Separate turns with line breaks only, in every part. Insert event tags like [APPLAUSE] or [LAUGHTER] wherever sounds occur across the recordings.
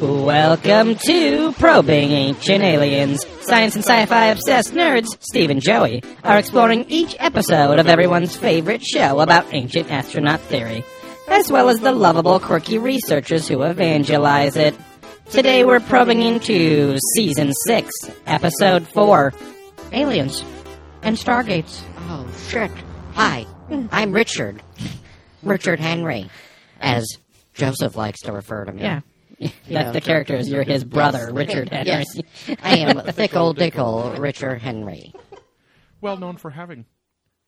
Welcome to Probing Ancient Aliens. Science and sci fi obsessed nerds, Steve and Joey, are exploring each episode of everyone's favorite show about ancient astronaut theory, as well as the lovable, quirky researchers who evangelize it. Today we're probing into Season 6, Episode 4 Aliens and Stargates.
Oh, shit. Hi, I'm Richard. Richard Henry, as Joseph likes to refer to me.
That's the character. You're his brother, Richard Henry.
Yes. I am thick old dickle Richard Henry.
well known for having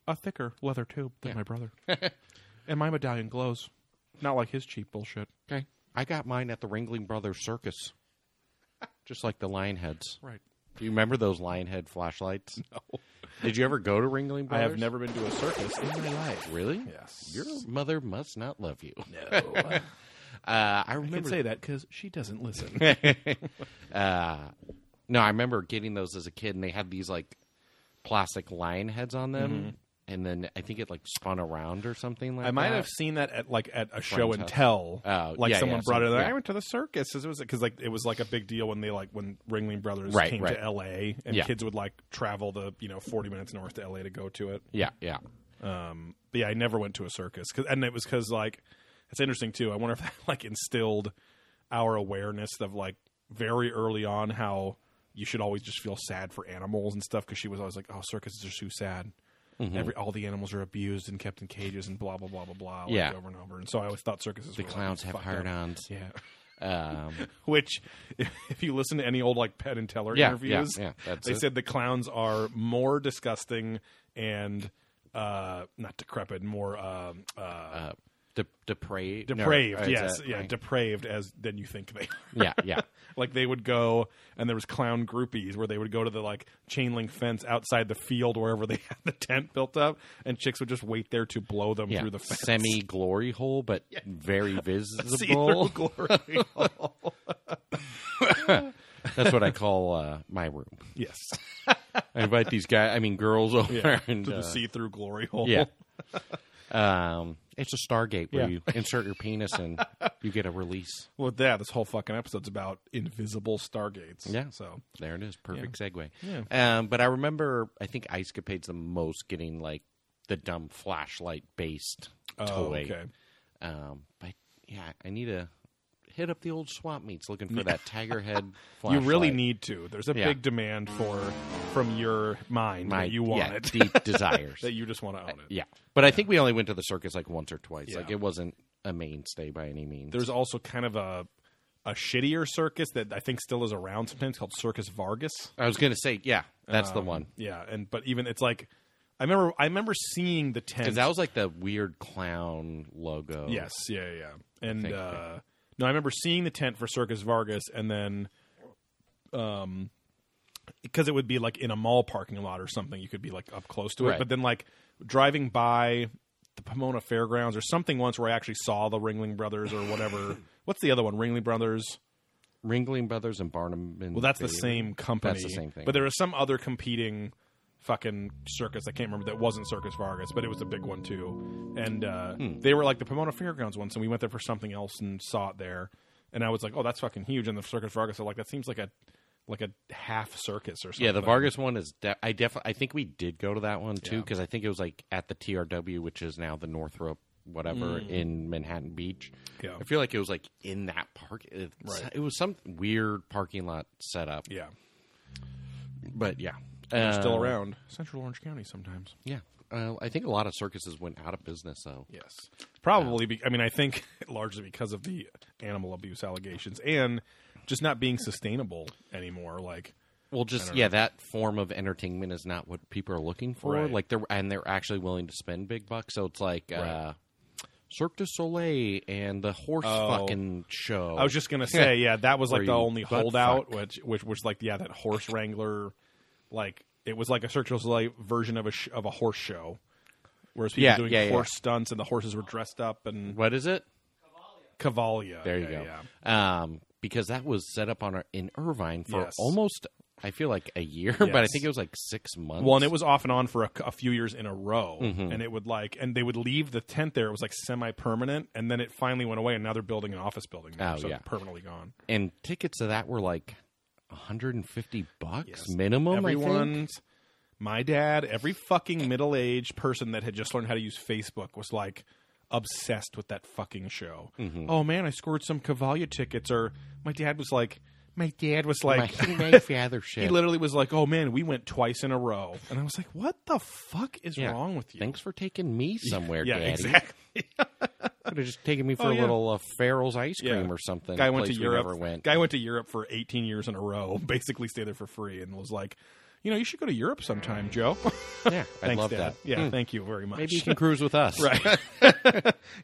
a thicker leather tube than my
[LAUGHS]
brother. and my medallion glows. Not like his cheap bullshit.
Okay. I got mine at the Ringling Brothers Circus. Just like the lion heads.
Right.
Do you remember those lion head flashlights? No. Did you ever go to Ringling Brothers?
I have never been to a circus in [LAUGHS] my life.
Really?
Yes.
Your mother must not love you.
[LAUGHS]
No.
I
Uh, I
can
remember.
say that because she doesn't listen.
[LAUGHS] uh, No, I remember getting those as a kid, and they had these like plastic lion heads on them, and then I think it like spun around or something like.
Mm-hmm. I might
that.
have seen that at like at a show and
house.
tell.
Oh,
like
yeah,
someone
yeah,
brought
so-
it. Like,
yeah.
I went to the circus. It was because like it was like a big deal when they like when Ringling Brothers
Right,
came
right.
to L.A. and
Yeah.
kids would like travel the you know forty minutes north to L.A. to go to it.
Yeah, yeah.
But yeah, I never went to a circus, 'Cause- and it was because like it's interesting too. I wonder if [LAUGHS] that like instilled our awareness of like very early on how you should always just feel sad for animals and stuff. Because she was always like, "Oh, circuses are too sad.
Mm-hmm.
Every all the animals are abused and kept in cages and blah blah blah blah blah." like,
Yeah.
over and over. And so I always thought circuses.
The
were, like,
clowns have
fucked
[LAUGHS] hard
up.
ons.
Yeah,
Um,
which [LAUGHS] if you listen to any old like Penn and Teller
Yeah,
interviews,
yeah, yeah, that's
they
it.
said the clowns are more disgusting and uh not decrepit, more um uh
uh, de- depraved. no,
depraved
uh, is
yes
that
yeah
right?
depraved as than you think they are
yeah, yeah.
[LAUGHS] like they would go and there was clown groupies where they would go to the like chain link fence outside the field wherever they [LAUGHS] had the tent built up and chicks would just wait there to blow them
yeah.
through the fence [LAUGHS]
semi glory hole, but very
See
visible.
through glory
[LAUGHS] That's what I call uh, my room.
yes
I invite these guys, I mean girls over,
yeah.
and
to the
uh,
see through glory hole [LAUGHS]
yeah. Um, it's a Stargate where
Yeah.
you insert your penis and you get a release.
well yeah this whole fucking episode's about invisible stargates
Yeah.
so
There it is, perfect segue. Um, but I remember, I think Ice Capade's the most getting like the dumb flashlight based
oh,
toy.
okay
Um, but yeah, I need to hit up the old swap meets looking for that tiger head.
[LAUGHS] you really
flashlight.
need to there's a
Yeah.
big demand for from your mind
my
that you want [LAUGHS]
yeah,
it
deep desires.
that you just want to own it
Yeah, but I think we only went to the circus like once or twice.
Yeah.
Like it wasn't a mainstay by any means.
There's also kind of a a shittier circus that I think still is around sometimes called Circus Vargas.
I was gonna say, yeah, that's the one
Yeah, Um, and but even it's like I remember I remember seeing the tent.
because that was like the weird clown logo.
yes, yeah, yeah, yeah. and
think,
uh, no, I remember seeing the tent for Circus Vargas, and then um, because it would be like in a mall parking lot or something, you could be like up close to it.
Right.
But then like driving by the Pomona Fairgrounds or something once where I actually saw the Ringling Brothers or
[SIGHS]
whatever. What's the other one? Ringling Brothers.
Ringling Brothers and Barnum. And
Well, that's the
Bailey.
same company.
That's the same thing.
But there was some other competing fucking circus. I can't remember that wasn't Circus Vargas, but it was a big one too. And uh,
Hmm.
they were like the Pomona Fairgrounds once, and we went there for something else and saw it there. And I was like, oh, that's fucking huge. And the Circus Vargas, so like that seems like a like a half circus or something.
Yeah, the Vargas one is. De- I definitely. I think we did go to that one too because I think it was like at the TRW, which is now the Northrop whatever in Manhattan Beach.
Mm. Yeah.
I feel like it was like in that park. It,
Right.
it was some weird parking lot setup.
Yeah,
But yeah,
still
Uh,
around Central Orange County sometimes.
Yeah, uh, I think a lot of circuses went out of business though.
Yes, probably. Be- I mean, I think [LAUGHS] largely because of the animal abuse allegations and just not being sustainable anymore. Like.
Well, just yeah, that form of entertainment is not what people are looking for.
Right.
Like they're and they're actually willing to spend big bucks. So it's like uh, Cirque du Soleil and the horse fucking show.
Oh. I was just gonna say, yeah, that was
Or
like the
you
only
butt
holdout,
fuck.
which which was like yeah, that horse wrangler, like it was like a Cirque du Soleil version of a sh- of a horse show, whereas people
Yeah,
doing
yeah, yeah.
horse stunts and the horses were dressed up and
what is it?
cavaglia.
There you
Yeah,
go.
yeah.
Um, because that was set up on our, in Irvine for
Yes.
almost I feel like a year, [LAUGHS] but I
Yes.
think it was like six months.
Well, and it was off and on for a, c- a few years in a row,
Mm-hmm.
and it would like, and they would leave the tent there. It was like semi-permanent, and then it finally went away, and now they're building an office building. Now,
Oh,
so
yeah.
it's permanently gone.
and tickets to that were like 150 bucks
Yes.
minimum. I think.
Everyone's, my dad, every fucking middle-aged person that had just learned how to use Facebook was like obsessed with that fucking show.
Mm-hmm.
Oh man, I scored some Cavalia tickets, or my dad was like, my dad was like.
[LAUGHS] my, my father
[LAUGHS]
shit.
He literally was like, "Oh man, we went twice in a row," and I was like, "What the fuck is
Yeah.
wrong with you?"
Thanks for taking me
[LAUGHS]
somewhere,
yeah,
Daddy.
exactly.
Could have just taken me for
Oh,
a
yeah.
little uh, Farrell's ice cream
Yeah.
or something.
Guy
a
went to
place we
Europe.
Never went.
Guy went to Europe for 18 years in a row. [LAUGHS] Basically, stayed there for free, and was like, you know, you should go to Europe sometime, Joe. [LAUGHS]
yeah, I
Thanks,
love
Dad.
that. Hmm.
Yeah, thank you very much. [LAUGHS]
Maybe you can cruise with us.
right.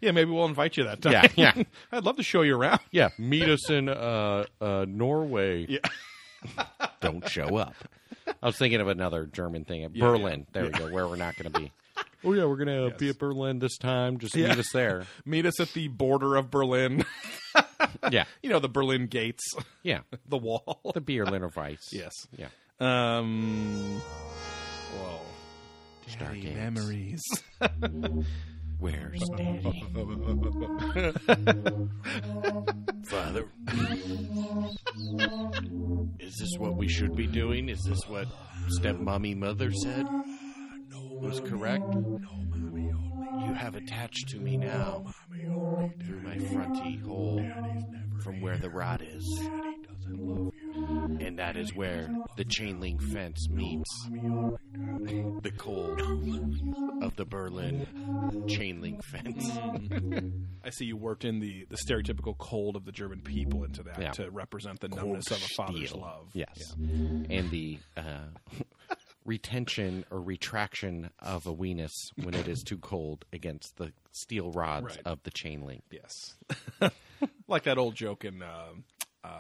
yeah, maybe we'll invite you that time.
Yeah, yeah.
[LAUGHS] I'd love to show you around.
Yeah, meet us in uh, uh, Norway. Yeah. [LAUGHS] Don't show up. I was thinking of another German thing at Berlin. There we go, where we're not going to
[LAUGHS]
be. Oh yeah, we're going to
uh,
be at Berlin this time. Just meet us there.
Meet us at the border of Berlin.
[LAUGHS]
[LAUGHS]
Yeah,
you know, the Berlin gates, [LAUGHS]
yeah.
the wall.
The beer Berliner Weiss.
[LAUGHS] Yes.
Yeah.
Um. Whoa. Daddy
Stargates.
memories. [LAUGHS]
Where's Daddy? [LAUGHS] Father, is this what we should be doing? Is this what stepmommy mother said? was correct? You have attached to me now through my fronty hole from where the rod is. And that is where the chain link fence meets the cold of the Berlin chain link fence.
I see you worked in the, the stereotypical cold of the German people into that
Yeah.
to represent the numbness of a [LAUGHS] father's
Steel.
love.
Yes. And the uh, retention or retraction of a weenus when it is too cold against the steel rods
Right.
of the chain link.
Yes. [LAUGHS] like that old joke in uh, uh,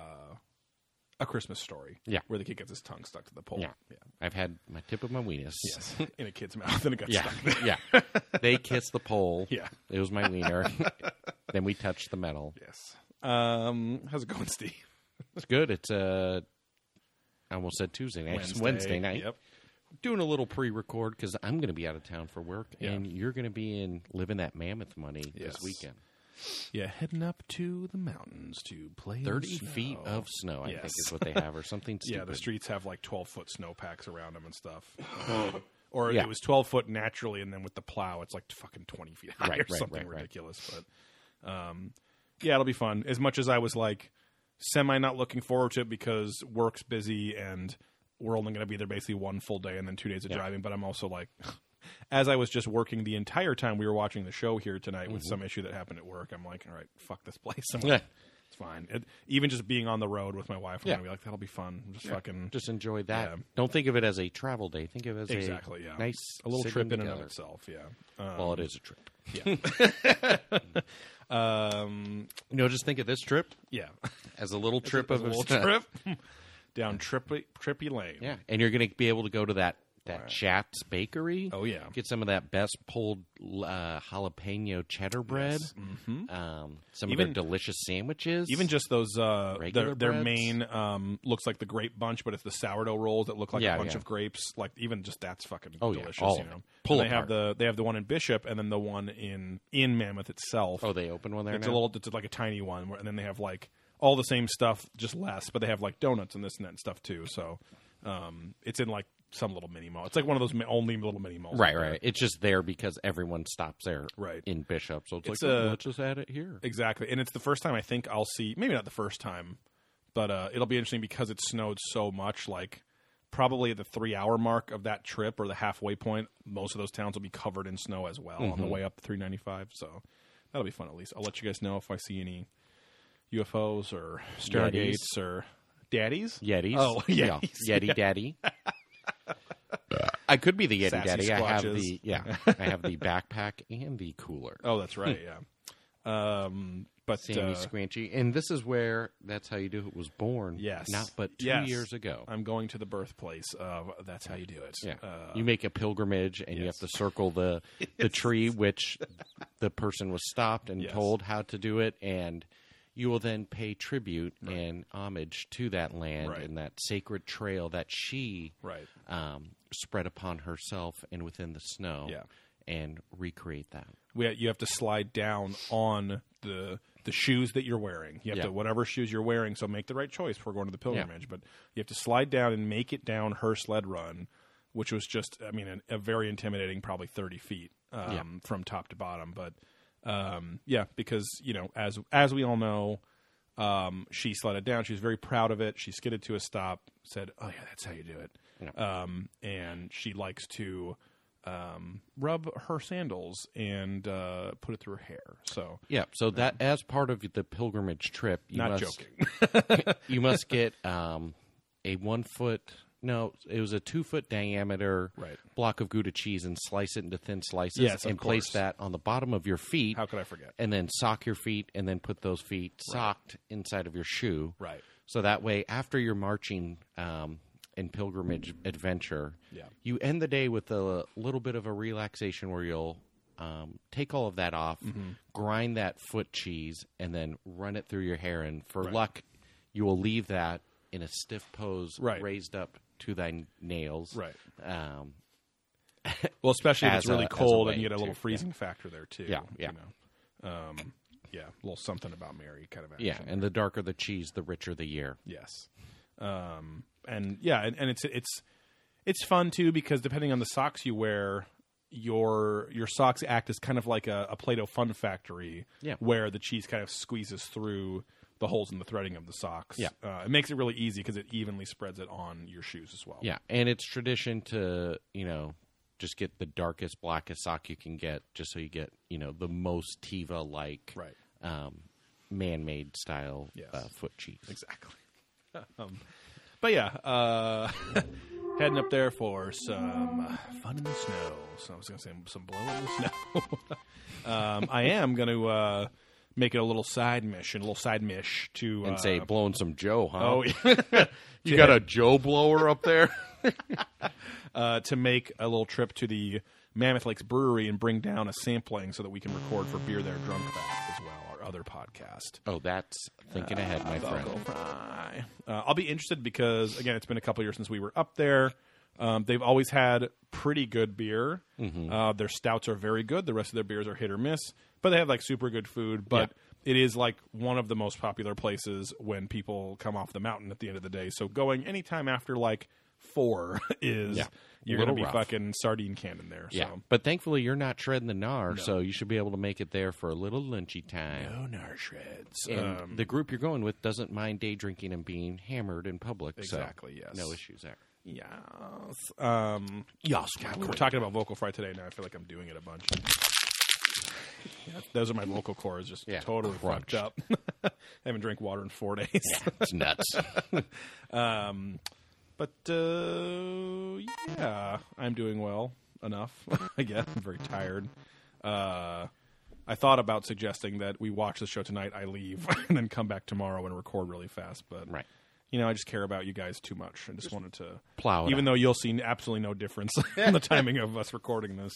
A Christmas Story.
Yeah.
Where the kid gets his tongue stuck to the pole.
Yeah. I've had my tip of my weenus.
Yes. [LAUGHS] in a kid's mouth and it got [LAUGHS]
Yeah.
stuck.
yeah. They kissed the pole.
Yeah.
It was
[LAUGHS]
my wiener. then we touched the metal.
Yes. Um, how's it going, Steve?
It's good. It's Uh, I almost said Tuesday night. It's Wednesday night.
Yep.
Doing a little pre-record because I'm going to be out of town for work, and you're going to be in living that mammoth money
Yes.
this weekend.
Yeah, heading up to the mountains to play. in the
30
snow.
feet of snow, I think
Yes.
is what they have, or something
[LAUGHS]
stupid.
Yeah, the streets have like 12 foot snow packs around them and stuff.
[LAUGHS]
Um, or
Yeah.
it was 12 foot naturally, and then with the plow, it's like fucking 20 feet high
Right,
or
right,
something
right, right.
ridiculous. But um, yeah, it'll be fun. As much as I was like semi not looking forward to it because work's busy and we're only going to be there basically one full day and then two days of driving, but I'm also like. [LAUGHS] As I was just working the entire time we were watching the show here tonight with some issue that happened at work, I'm like, all right, fuck this place. [LAUGHS] I'm like,
Mm-hmm. Yeah.
It's fine. It, even just being on the road with my wife, I'm
Yeah.
gonna be like, that'll be fun. Just fucking
Just enjoy that.
Yeah.
Don't think of it as a travel day. Think of it as
exactly,
a
yeah.
nice
a little
sitting
trip in and
together.
of itself. Yeah. Um,
Well, it is a trip.
um,
You know, just think of this trip
yeah. [LAUGHS]
as a little trip
As
of
a little
snow.
trip [LAUGHS] down trippy trippy lane.
[LAUGHS] Yeah, and you're going to be able to go to that that Chat's Bakery.
Oh, yeah.
get some of that best pulled uh, jalapeno cheddar bread. Mm-hmm. Um, some
Even-
of their delicious sandwiches.
Even just those, uh, their,
Regular
their
breads?
main um, looks like the grape bunch, but it's the sourdough rolls that look like
Yeah,
a bunch
yeah.
of grapes. Like even just that's fucking
Oh, yeah,
delicious.
all
you
of
know,
it. Pull
And they have
apart.
the they have the one in Bishop, and then the one in in Mammoth itself.
oh, they open one there.
it's
now?
a little it's like a tiny one where- and then they have like all the same stuff just less but they have like donuts and this and that and stuff too so um, it's in like some little mini mall it's like one of those mi- only little mini malls
Right, right. It's just there because everyone stops there
Right.
in Bishop. So it's,
It's
like,
a-
let's just add it here.
exactly and it's the first time i think i'll see maybe not the first time but uh, it'll be interesting because it snowed so much like probably at the three hour mark of that trip or the halfway point most of those towns will be covered in snow as well
Mm-hmm.
on the way up the 395 so that'll be fun at least i'll let you guys know if i see any ufos or stargates or daddies
Yetis.
Oh, [LAUGHS]
yeah,
Yetis.
Yeti
[LAUGHS]
Daddy. I could be the Yeti
Sassy
Daddy. I have
splotches.
the
[LAUGHS]
yeah. I have the backpack and the cooler.
Oh, that's
[LAUGHS]
right. yeah. Um, but
Sammy
uh,
Squanchy, and this is where that's how you do it was born.
Yes.
not but two
Yes.
years ago.
I'm going to the birthplace of that's how you do it.
yeah,
Uh,
you make a pilgrimage and you have to
[LAUGHS]
circle the the tree, which the person was stopped and
Yes.
told how to do it, and you will then pay tribute and homage to that land
Right.
and that sacred trail that she
Right.
um, spread upon herself and within the snow
Yeah.
and recreate that.
we, you have to slide down on the the shoes that you're wearing. You have
Yeah.
to whatever shoes you're wearing. So make the right choice before going to the pilgrimage. But you have to slide down and make it down her sled run, which was just I mean an, a very intimidating, probably thirty feet um, from top to bottom. But um, yeah, because you know as as we all know. Um, she slid it down. She was very proud of it. She skidded to a stop, said, "Oh yeah, that's how you do it." Um, and she likes to um, rub her sandals and uh, put it through her hair. So
Yeah, so that as part of the pilgrimage trip, you
not
must
joking. [LAUGHS]
you must get um, a one foot. No, it was a two foot diameter
Right.
block of Gouda cheese and slice it into thin slices
Yes, of
and place
course.
that on the bottom of your feet.
How could I
[LAUGHS]
forget?
And then sock your feet and then put those feet socked inside of your shoe.
Right.
So that way, after your marching um, and pilgrimage adventure,
Yeah.
you end the day with a little bit of a relaxation where you'll um, take all of that off,
Mm-hmm.
grind that foot cheese, and then run it through your hair. And for luck, you will leave that in a stiff pose,
Right.
raised up to thy nails.
Right.
Um,
Well, especially if
As
it's really
a- as a
cold
way
and you get a little
to-
freezing factor there too.
Yeah, yeah.
You know? um, yeah, a little something about Mary kind of action.
yeah. And the darker the cheese, the richer the year.
Yes. Um, and yeah, and, and it's it's it's fun too because depending on the socks you wear, your your socks act as kind of like a, a Play-Doh fun factory,
Yeah.
where the cheese kind of squeezes through the holes in the threading of the socks.
Yeah.
uh, it makes it really easy because it evenly spreads it on your shoes as well.
Yeah, and it's tradition to you know just get the darkest, blackest sock you can get, just so you get you know the most Tiva like
Right.
um, man made style
Yes.
uh, foot cheese.
exactly. [LAUGHS] um, but yeah, uh, [LAUGHS] heading up there for some uh, fun in the snow. So I was going to say some blow in the [LAUGHS] snow. um, I am going to uh, make it a little side mission, a little side mish to uh,
And say blowing some Joe, huh?
oh, [LAUGHS]
[LAUGHS] you got a Joe blower up there?
uh, to make a little trip to the Mammoth Lakes Brewery and bring down a sampling so that we can record for Beer There Drunk Back as well, our other podcast.
[LAUGHS] oh, that's thinking ahead, my friend.
Fry. Uh, I'll be interested because again, it's been a couple years since we were up there. Um, they've always had pretty good beer.
Mm-hmm.
Uh, their stouts are very good. The rest of their beers are hit or miss, but they have like super good food. But it is like one of the most popular places when people come off the mountain at the end of the day. So going anytime after like four [LAUGHS] is
Yeah.
you're
Little
gonna be
rough.
fucking sardine can in there.
Yeah,
So.
but thankfully you're not treading the gnar, so you should be able to make it there for a little lunchy time.
Bonar shreds.
And
Um,
the group you're going with doesn't mind day drinking and being hammered in public.
Exactly,
So
yes.
No issues there.
Yes. Um, yes. we're talking about vocal fry today. Now I feel like I'm doing it a bunch. Yeah, those are my vocal cords, just
Yeah,
totally
crunched.
fucked up. [LAUGHS] I haven't drank water in four days.
It's nuts.
[LAUGHS] But uh, yeah, I'm doing well enough. [LAUGHS] I guess I'm very tired. Uh, I thought about suggesting that we watch the show tonight. I leave [LAUGHS] and then come back tomorrow and record really fast. But
Right.
you know, I just care about you guys too much. I just wanted to
plow it
even
out.
though you'll see absolutely no difference [LAUGHS] in the timing of us recording this.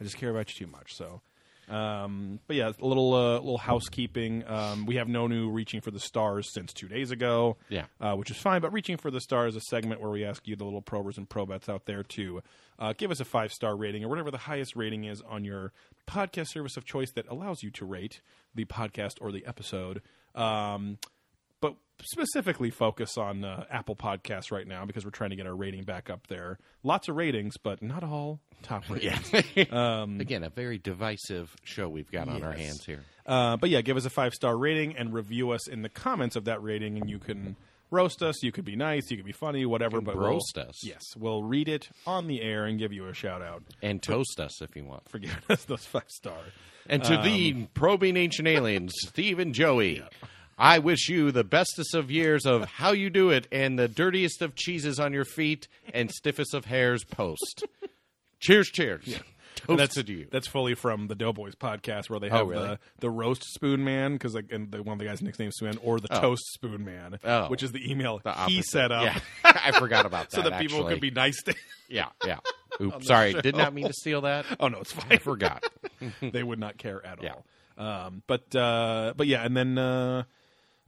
I just care about you too much. So. Um, but yeah, a little uh, little housekeeping. Um, we have no new reaching for the stars since two days ago.
Yeah.
uh, which is fine. But reaching for the stars is a segment where we ask you, the little probers and probets out there, to uh, give us a five star rating or whatever the highest rating is on your podcast service of choice that allows you to rate the podcast or the episode. Um, but specifically focus on uh, Apple Podcasts right now because we're trying to get our rating back up there. Lots of ratings, but not all top ratings.
Again, a very divisive show we've got on our hands here.
Uh, but yeah, give us a five star rating and review us in the comments of that rating, and you can roast us. You could be nice. You could be funny. Whatever. But we'll-
roast us.
Yes, we'll read it on the air and give you a shout out
And toast us if you want.
for giving us those five star.
And to the probing ancient aliens, Steve and Joey, I wish you the bestest of years of how you do it and the dirtiest of cheeses on your feet and stiffest of hairs post. cheers, cheers. Toast
That's
to you. Oh,
That's fully from the Doughboys podcast where they have
really?
the, the roast spoon man because like and the, one of the guys' nicknames spoon man or the toast spoon man,
Oh.
which is the email
The
he
opposite.
set up
Yeah, [LAUGHS] I forgot about
[LAUGHS]
that.
so that people
actually.
could be nice to.
Yeah, yeah. Oops, sorry. Did not mean to steal that.
oh no, it's fine.
I forgot.
[LAUGHS] they would not care at
Yeah.
all. Um, but uh, but yeah, and then uh,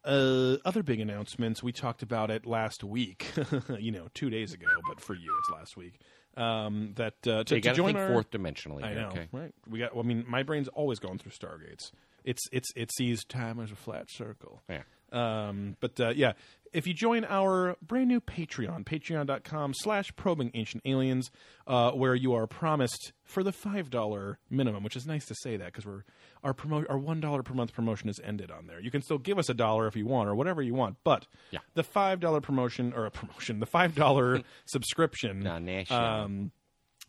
Uh, other big announcements. We talked about it last week. [LAUGHS] you know, two days ago, but for you, it's last week. Um, that uh, to, to
you got to
join
think
our-
fourth dimensionally.
I
here,
know,
Okay.
right? We got. Well, I mean, my brain's always going through stargates. It's it's it sees time as a flat circle.
Yeah.
Um, but uh, yeah, if you join our brand new Patreon, patreon.com slash probing ancient aliens, uh, where you are promised for the $5 minimum, which is nice to say that because we're our promo- our $1 per month promotion is ended on there. You can still give us a dollar if you want or whatever you want, but
Yeah.
the $5 promotion or a promotion, the $5 [LAUGHS] subscription
Nah, Nash,
um,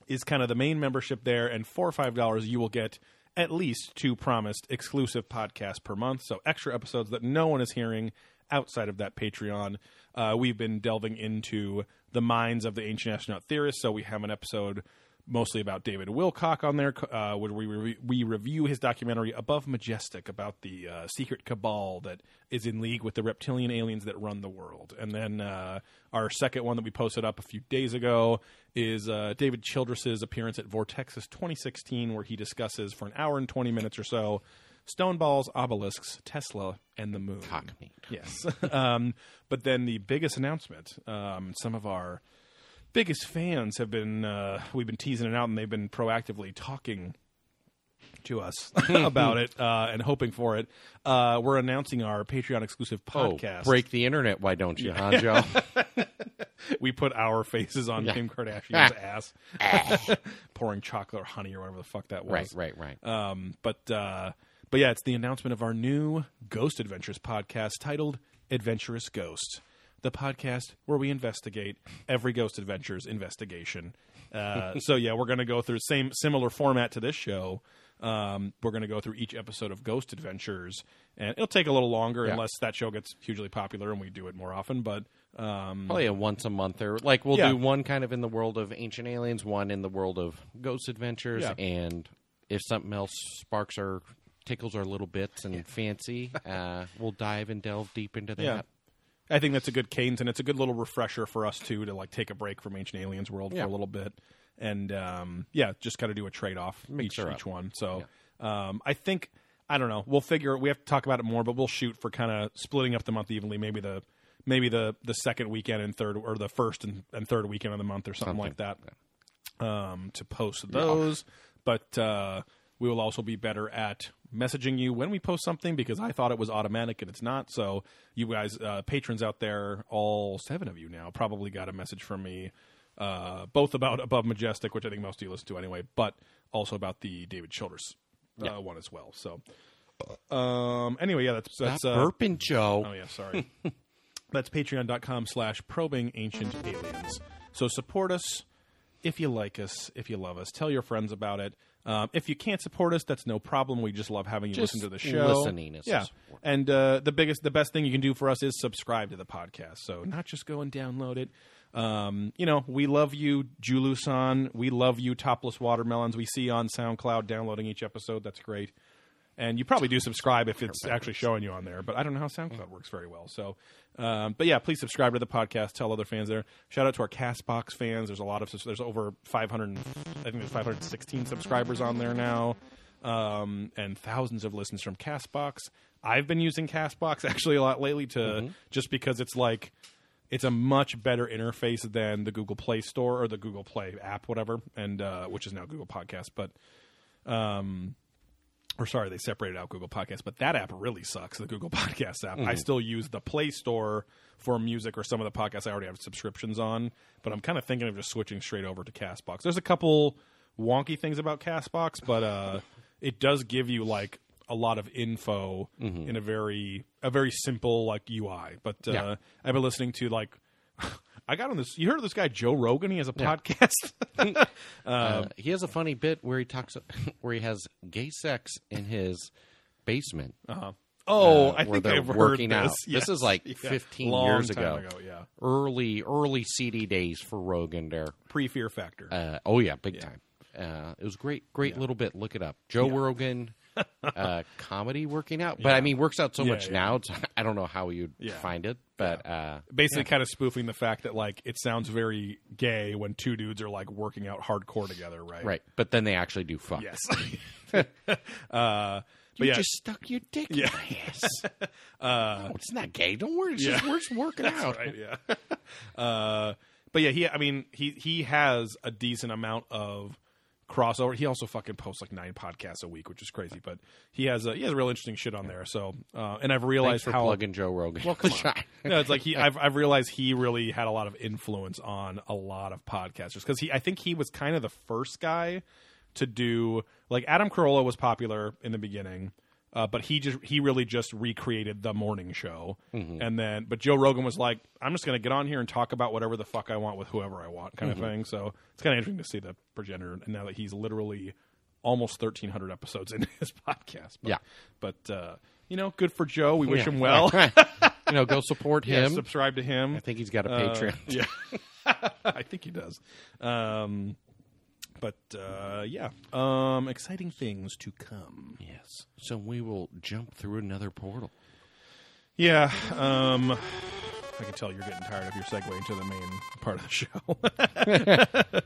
is kind of the main membership there, and four or five dollars you will get at least two promised exclusive podcasts per month. So extra episodes that no one is hearing outside of that Patreon. Uh, we've been delving into the minds of the ancient astronaut theorists, so we have an episode mostly about David Wilcock on there, uh, where we re- we review his documentary Above Majestic about the uh, secret cabal that is in league with the reptilian aliens that run the world. And then uh, our second one that we posted up a few days ago is uh, David Childress's appearance at Vortexes 2016, where he discusses for an hour and 20 minutes or so stone balls, obelisks, Tesla, and the moon.
Cockney.
Yes. [LAUGHS] um, but then the biggest announcement, um, some of our biggest fans have been uh, we've been teasing it out and they've been proactively talking to
[LAUGHS]
us [LAUGHS] about it uh, and hoping for it. Uh, we're announcing our Patreon exclusive
Oh,
podcast.
break the internet, why don't you, huh,
[LAUGHS]
Joe?
We put our faces on Kim
[LAUGHS]
Kardashian's ass, [LAUGHS] pouring chocolate or honey or whatever the fuck that was.
Ah. right, right, right.
Um, but uh, but yeah, it's the announcement of our new Ghost Adventures podcast titled Adventurous Ghost, the podcast where we investigate every Ghost Adventures investigation. Uh, so yeah, we're going to go through same similar format to this show. Um, we're going to go through each episode of Ghost Adventures, and it'll take a little longer
Yeah.
unless that show gets hugely popular and we do it more often. But um,
Probably a once a month or like we'll
Yeah.
do one kind of in the world of ancient aliens, one in the world of ghost adventures,
Yeah.
and if something else sparks our tickles our little bits and
[LAUGHS]
fancy, uh, we'll dive and delve deep into that.
Yeah. I think that's a good cadence, and it's a good little refresher for us too to like take a break from Ancient Aliens World
Yeah.
for a little bit, and um, yeah, just kind of do a trade off each,
her up.
each one. So um, I think I don't know. We'll figure. We have to talk about it more, but we'll shoot for kind of splitting up the month evenly. Maybe the maybe the the second weekend and third, or the first and, and third weekend of the month, or something, like that um, to post those. But uh, we will also be better at messaging you when we post something because I thought it was automatic and it's not. So you guys, uh, patrons out there, all seven of you now, probably got a message from me, uh, both about Above Majestic, which I think most of you listen to anyway, but also about the David Childress uh, one as well. So. Um. Anyway, yeah, that's that's
Stop
uh,
burping, Joe.
Oh yeah, sorry. [LAUGHS] That's patreon.com slash probing ancient aliens. So support us if you like us, if you love us. Tell your friends about it. Um, if you can't support us, that's no problem. We just love having you
Just
listen to the show.
listening is
yeah.
support.
And uh, the biggest, the best thing you can do for us is subscribe to the podcast. So not just go and download it. Um, you know, we love you, Julusan. We love you, Topless Watermelons. We see you on SoundCloud downloading each episode. That's great. And you probably do subscribe if it's actually showing you on there, but I don't know how SoundCloud works very well. So, um, but yeah, please subscribe to the podcast. Tell other fans there. Shout out to our Castbox fans. There's a lot of there's over 500. I think there's 516 subscribers on there now, um, and thousands of listens from Castbox. I've been using Castbox [LAUGHS] actually a lot lately to just because it's like it's a much better interface than the Google Play Store or the Google Play app, whatever, and uh, which is now Google Podcast, but or sorry, they separated out Google Podcasts, but that app really sucks. The Google [LAUGHS] Podcast app.
Mm-hmm.
I still use the Play Store for music or some of the podcasts I already have subscriptions on, but I'm kind of thinking of just switching straight over to Castbox. There's a couple wonky things about Castbox, but uh, it does give you like a lot of info
Mm-hmm.
in a very a very simple like UI. But uh,
Yeah.
I've been listening to like. [LAUGHS] I got on this. You heard of this guy Joe Rogan? He has a podcast. [LAUGHS]
Uh,
Um,
he has a funny bit where he talks [LAUGHS] where he has gay sex in his basement.
oh,
uh,
I
where
think
they're
I've heard
working
this.
out.
Yes.
This is like
[LAUGHS] Yeah.
15
Long
years
time
ago.
ago. Yeah,
Early, early CD days for Rogan there.
pre Fear Factor.
Uh, oh yeah, big time. Uh, it was great, great little bit. Look it up.
[LAUGHS]
Joe Rogan, uh, comedy working out, but I mean works out so
Yeah,
much
yeah.
now. It's, [LAUGHS] I don't know how you'd
Yeah.
find it, but uh,
Basically, kind of spoofing the fact that like it sounds very gay when two dudes are like working out hardcore together, right? [LAUGHS]
[LAUGHS] right. But then they actually do fuck.
Yes. uh, But
you
yeah,
just stuck your dick
Yeah.
in my
[LAUGHS]
ass. [LAUGHS] no, it's not gay. Don't worry. It's just
Yeah.
we're just working out.
right, yeah. [LAUGHS] uh, but yeah, he. I mean, he he has a decent amount of crossover. He also fucking posts like nine podcasts a week, which is crazy. But he has a, he has real interesting shit on there. So, uh, and I've
Thanks
realized
for
how
plugging Joe Rogan.
Well,
[LAUGHS]
come on. [LAUGHS] no, it's like he. I've, I've realized he really had a lot of influence on a lot of podcasters because he. I think he was kind of the first guy to do like Adam Carolla was popular in the beginning, uh, but he just he really just recreated the morning show,
Mm-hmm.
and then but Joe Rogan was like, I'm just going to get on here and talk about whatever the fuck I want with whoever I want, kind
Mm-hmm.
of thing. So it's kind of interesting to see the progenitor and now that he's literally almost 1300 episodes in [LAUGHS] his podcast but,
Yeah.
but uh you know good for joe
[LAUGHS]
we wish
Yeah.
him well [LAUGHS]
you know, go support
yeah,
him.
subscribe to him.
I think he's got a
Uh,
Patreon.
[LAUGHS] yeah, I think he does. Um, but uh, yeah, um, exciting things to come.
Yes. So we will jump through another portal.
Yeah, um, I can tell you're getting tired of your segue into the main part of the show. You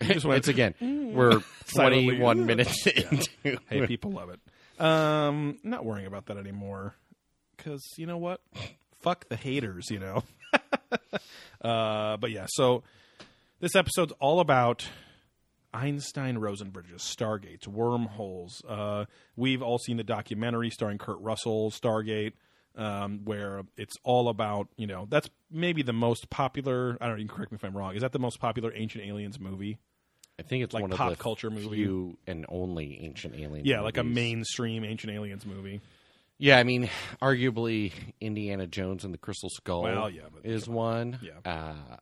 [LAUGHS] just wanna-
Once again, we're [LAUGHS]
Silently. [LAUGHS]
21 minutes [LAUGHS] into.
hey, people love it. Um, not worrying about that anymore because you know what? Fuck the haters, you know. [LAUGHS] uh, but yeah, so this episode's all about Einstein Rosenbridges, Stargates, wormholes. Uh, we've all seen the documentary starring Kurt Russell, Stargate, um, where it's all about, you know, that's maybe the most popular. I don't know, you can correct me if I'm wrong. Is that the most popular Ancient Aliens movie?
I think it's
Like
one
pop
of the
culture movie.
few and only ancient alien.
Yeah, like a
movies.
mainstream Ancient Aliens movie.
Yeah, I mean, arguably Indiana Jones and the Crystal Skull.
Well, yeah, but-
is one.
Yeah.
Uh,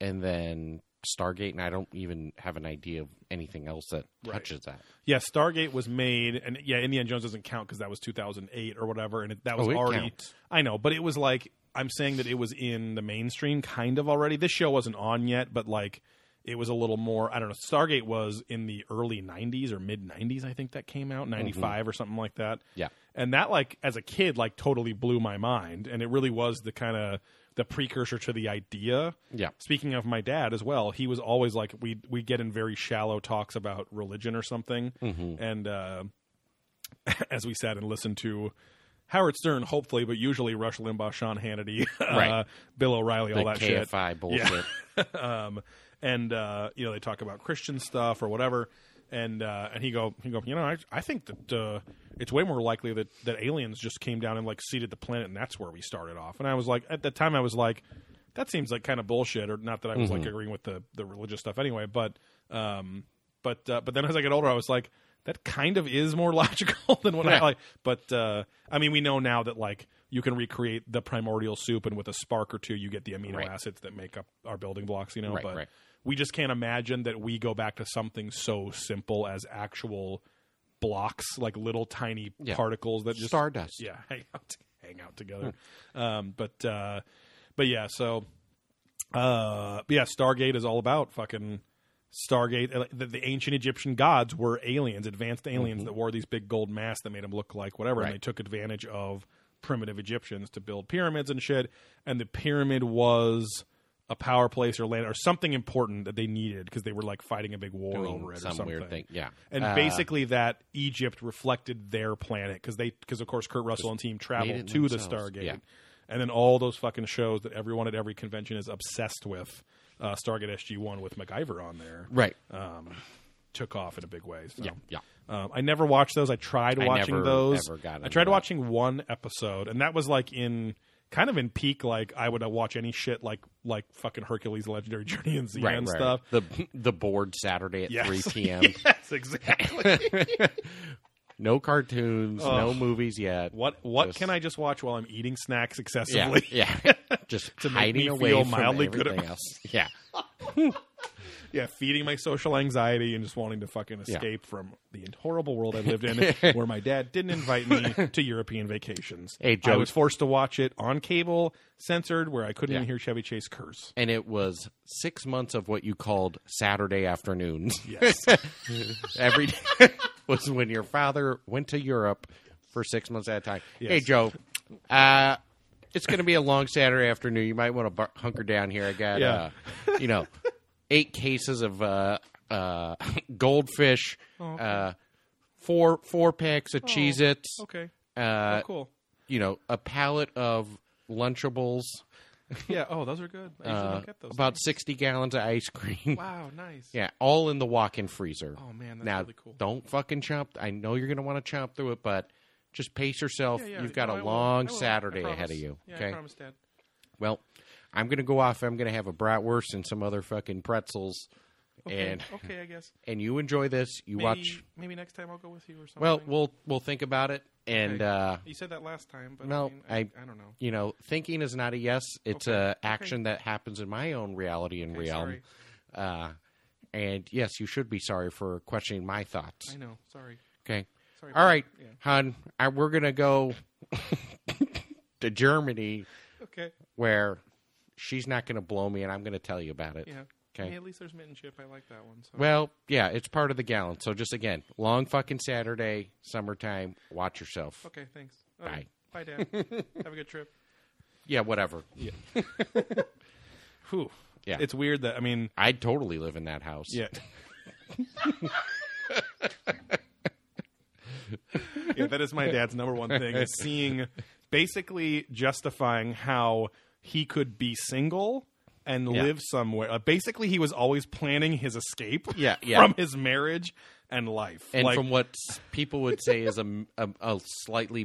and then Stargate, and I don't even have an idea of anything else that
Right.
touches that.
Yeah, Stargate was made, and yeah, Indiana Jones doesn't count because that was 2008 or whatever, and it, that was
Oh, it
already.
counts.
I know, but it was like I'm saying that it was in the mainstream kind of already. This show wasn't on yet, but like it was a little more. I don't know. Stargate was in the early 90s or mid 90s, I think that came out 95 or something like that.
Mm-hmm. Yeah.
and that like as a kid, like totally blew my mind, and it really was the kind of the precursor to the idea
Yeah.
speaking of my dad as well, he was always like we we get in very shallow talks about religion or something,
Mm-hmm.
and uh, [LAUGHS] as we sat and listened to Howard Stern, hopefully, but usually Rush Limbaugh, Sean Hannity, [LAUGHS] uh,
Right.
Bill O'Reilly, all
the
that shit
KFI bullshit.
um, and uh, you know they talk about Christian stuff or whatever, and uh, and he go he go you know I I think that uh, it's way more likely that that aliens just came down and like seeded the planet and that's where we started off. And I was like at the time I was like that seems like kind of bullshit or not that I was like
Mm-hmm.
agreeing with the the religious stuff anyway, but um but uh, but then as I get older I was like that kind of is more [LAUGHS] logical than what I
Yeah.
like but uh, I mean, we know now that like you can recreate the primordial soup, and with a spark or two, you get the amino
Right.
acids that make up our building blocks. You know,
Right,
but
right.
we just can't imagine that we go back to something so simple as actual blocks, like little tiny
Yeah.
particles that [LAUGHS] just
Stardust.
yeah, [LAUGHS] hang out, hang out together.
Hmm.
um, but uh, but yeah, so uh, but yeah, Stargate is all about fucking Stargate. uh, The, the ancient Egyptian gods were aliens, advanced aliens that wore these big gold masks that made them look like whatever, and
Mm-hmm. Right.
they took advantage of primitive Egyptians to build pyramids and shit. And the pyramid was a power place or land or something important that they needed because they were like fighting a big war
Doing
over it or
some
something.
weird thing, yeah.
and
Uh,
basically that Egypt reflected their planet because they because of course Kurt Russell and team travel
it
to the
themselves.
Stargate
Yeah.
and then all those fucking shows that everyone at every convention is obsessed with. Uh, Stargate SG One with MacGyver on there,
Right.
Um, took off in a big way. So.
Yeah, yeah.
Um, I never watched those. I tried
I
watching
never,
those.
ever got
I
into
tried
that.
watching one episode, and that was like in kind of in peak. Like I would uh, watch any shit like like fucking Hercules, Legendary [LAUGHS] Journey, and Xenon
Right, right.
stuff.
The the board Saturday at
Yes. [LAUGHS]
3 p.m.
yes, exactly.
No cartoons, no movies yet.
what what
Just-
can I just watch while I'm eating snacks
Yeah,
excessively? [LAUGHS]
yeah. [LAUGHS] Just
To make
hiding
me
away
feel
from
mildly good
everything
about
else. Yeah,
yeah, feeding my social anxiety and just wanting to fucking
Yeah.
escape from the horrible world I lived
[LAUGHS]
in, where my dad didn't invite me to European vacations.
Hey, Joe.
I was forced to watch it on cable, censored, where I couldn't even
Yeah.
hear Chevy Chase
[LAUGHS]
curse.
and it was six months of what you called Saturday afternoons.
[LAUGHS] Yes,
Every day [LAUGHS] was when your father went to Europe for six months at a time. Hey,
Yes.
Joe, uh, it's going to be a long Saturday afternoon. You might want to bar- hunker down here. I got,
Yeah.
uh,
[LAUGHS]
you know, [LAUGHS]
Oh,
eight cases of uh, uh, goldfish, uh, four four packs of Cheez Its.
Okay.
Uh,
oh, cool.
You know, a pallet of Lunchables.
Yeah. Oh, those are good. I usually
Uh,
don't get those.
about sixty gallons of ice cream.
wow. Nice.
[LAUGHS] Yeah, all in the walk-in freezer.
Oh, man, that's
now
really cool.
don't fucking chomp. I know you're gonna want to chomp through it, but just pace yourself.
Yeah, yeah,
You've got
no, I
a
will.
long
I will. I
Saturday ahead
promise.
of you.
Yeah,
okay.
I promise, Dad.
Well, I'm gonna go off. I'm gonna have a bratwurst and some other fucking pretzels,
Okay,
and
okay, I guess.
and you enjoy this. You
Maybe,
watch.
Maybe next time I'll go with you or something.
Well, we'll we'll think about it, and
Okay.
uh,
you said that last time, but
no,
I, mean, I, I don't know.
You know, thinking is not a yes. It's
Okay,
a action that happens in my own reality and
Okay,
realm.
sorry.
Uh, and yes, you should be sorry for questioning my thoughts.
I know. Sorry.
Okay.
Sorry
All
about
right,
that. Yeah.
hon. I, we're gonna go [LAUGHS] to Germany
Okay.
where she's not gonna blow me, and I'm gonna tell you about it.
Yeah.
Okay.
Hey, at least there's mint and chip. I like that one. So.
Well, yeah, it's part of the gallon. So just again, long fucking Saturday, summertime. Watch yourself.
okay. Thanks. All
Bye.
right. Bye, Dad.
[LAUGHS]
Have a good trip.
Yeah, whatever.
Whew.
Yeah.
It's weird that I mean.
I'd totally live in that house.
Yeah. yeah, that is my dad's number one thing is seeing basically justifying how he could be single and
Yeah.
live somewhere. Uh, basically he was always planning his escape
Yeah, yeah.
from his marriage and life.
And
Like,
from what s- people would say is a, m- a- a slightly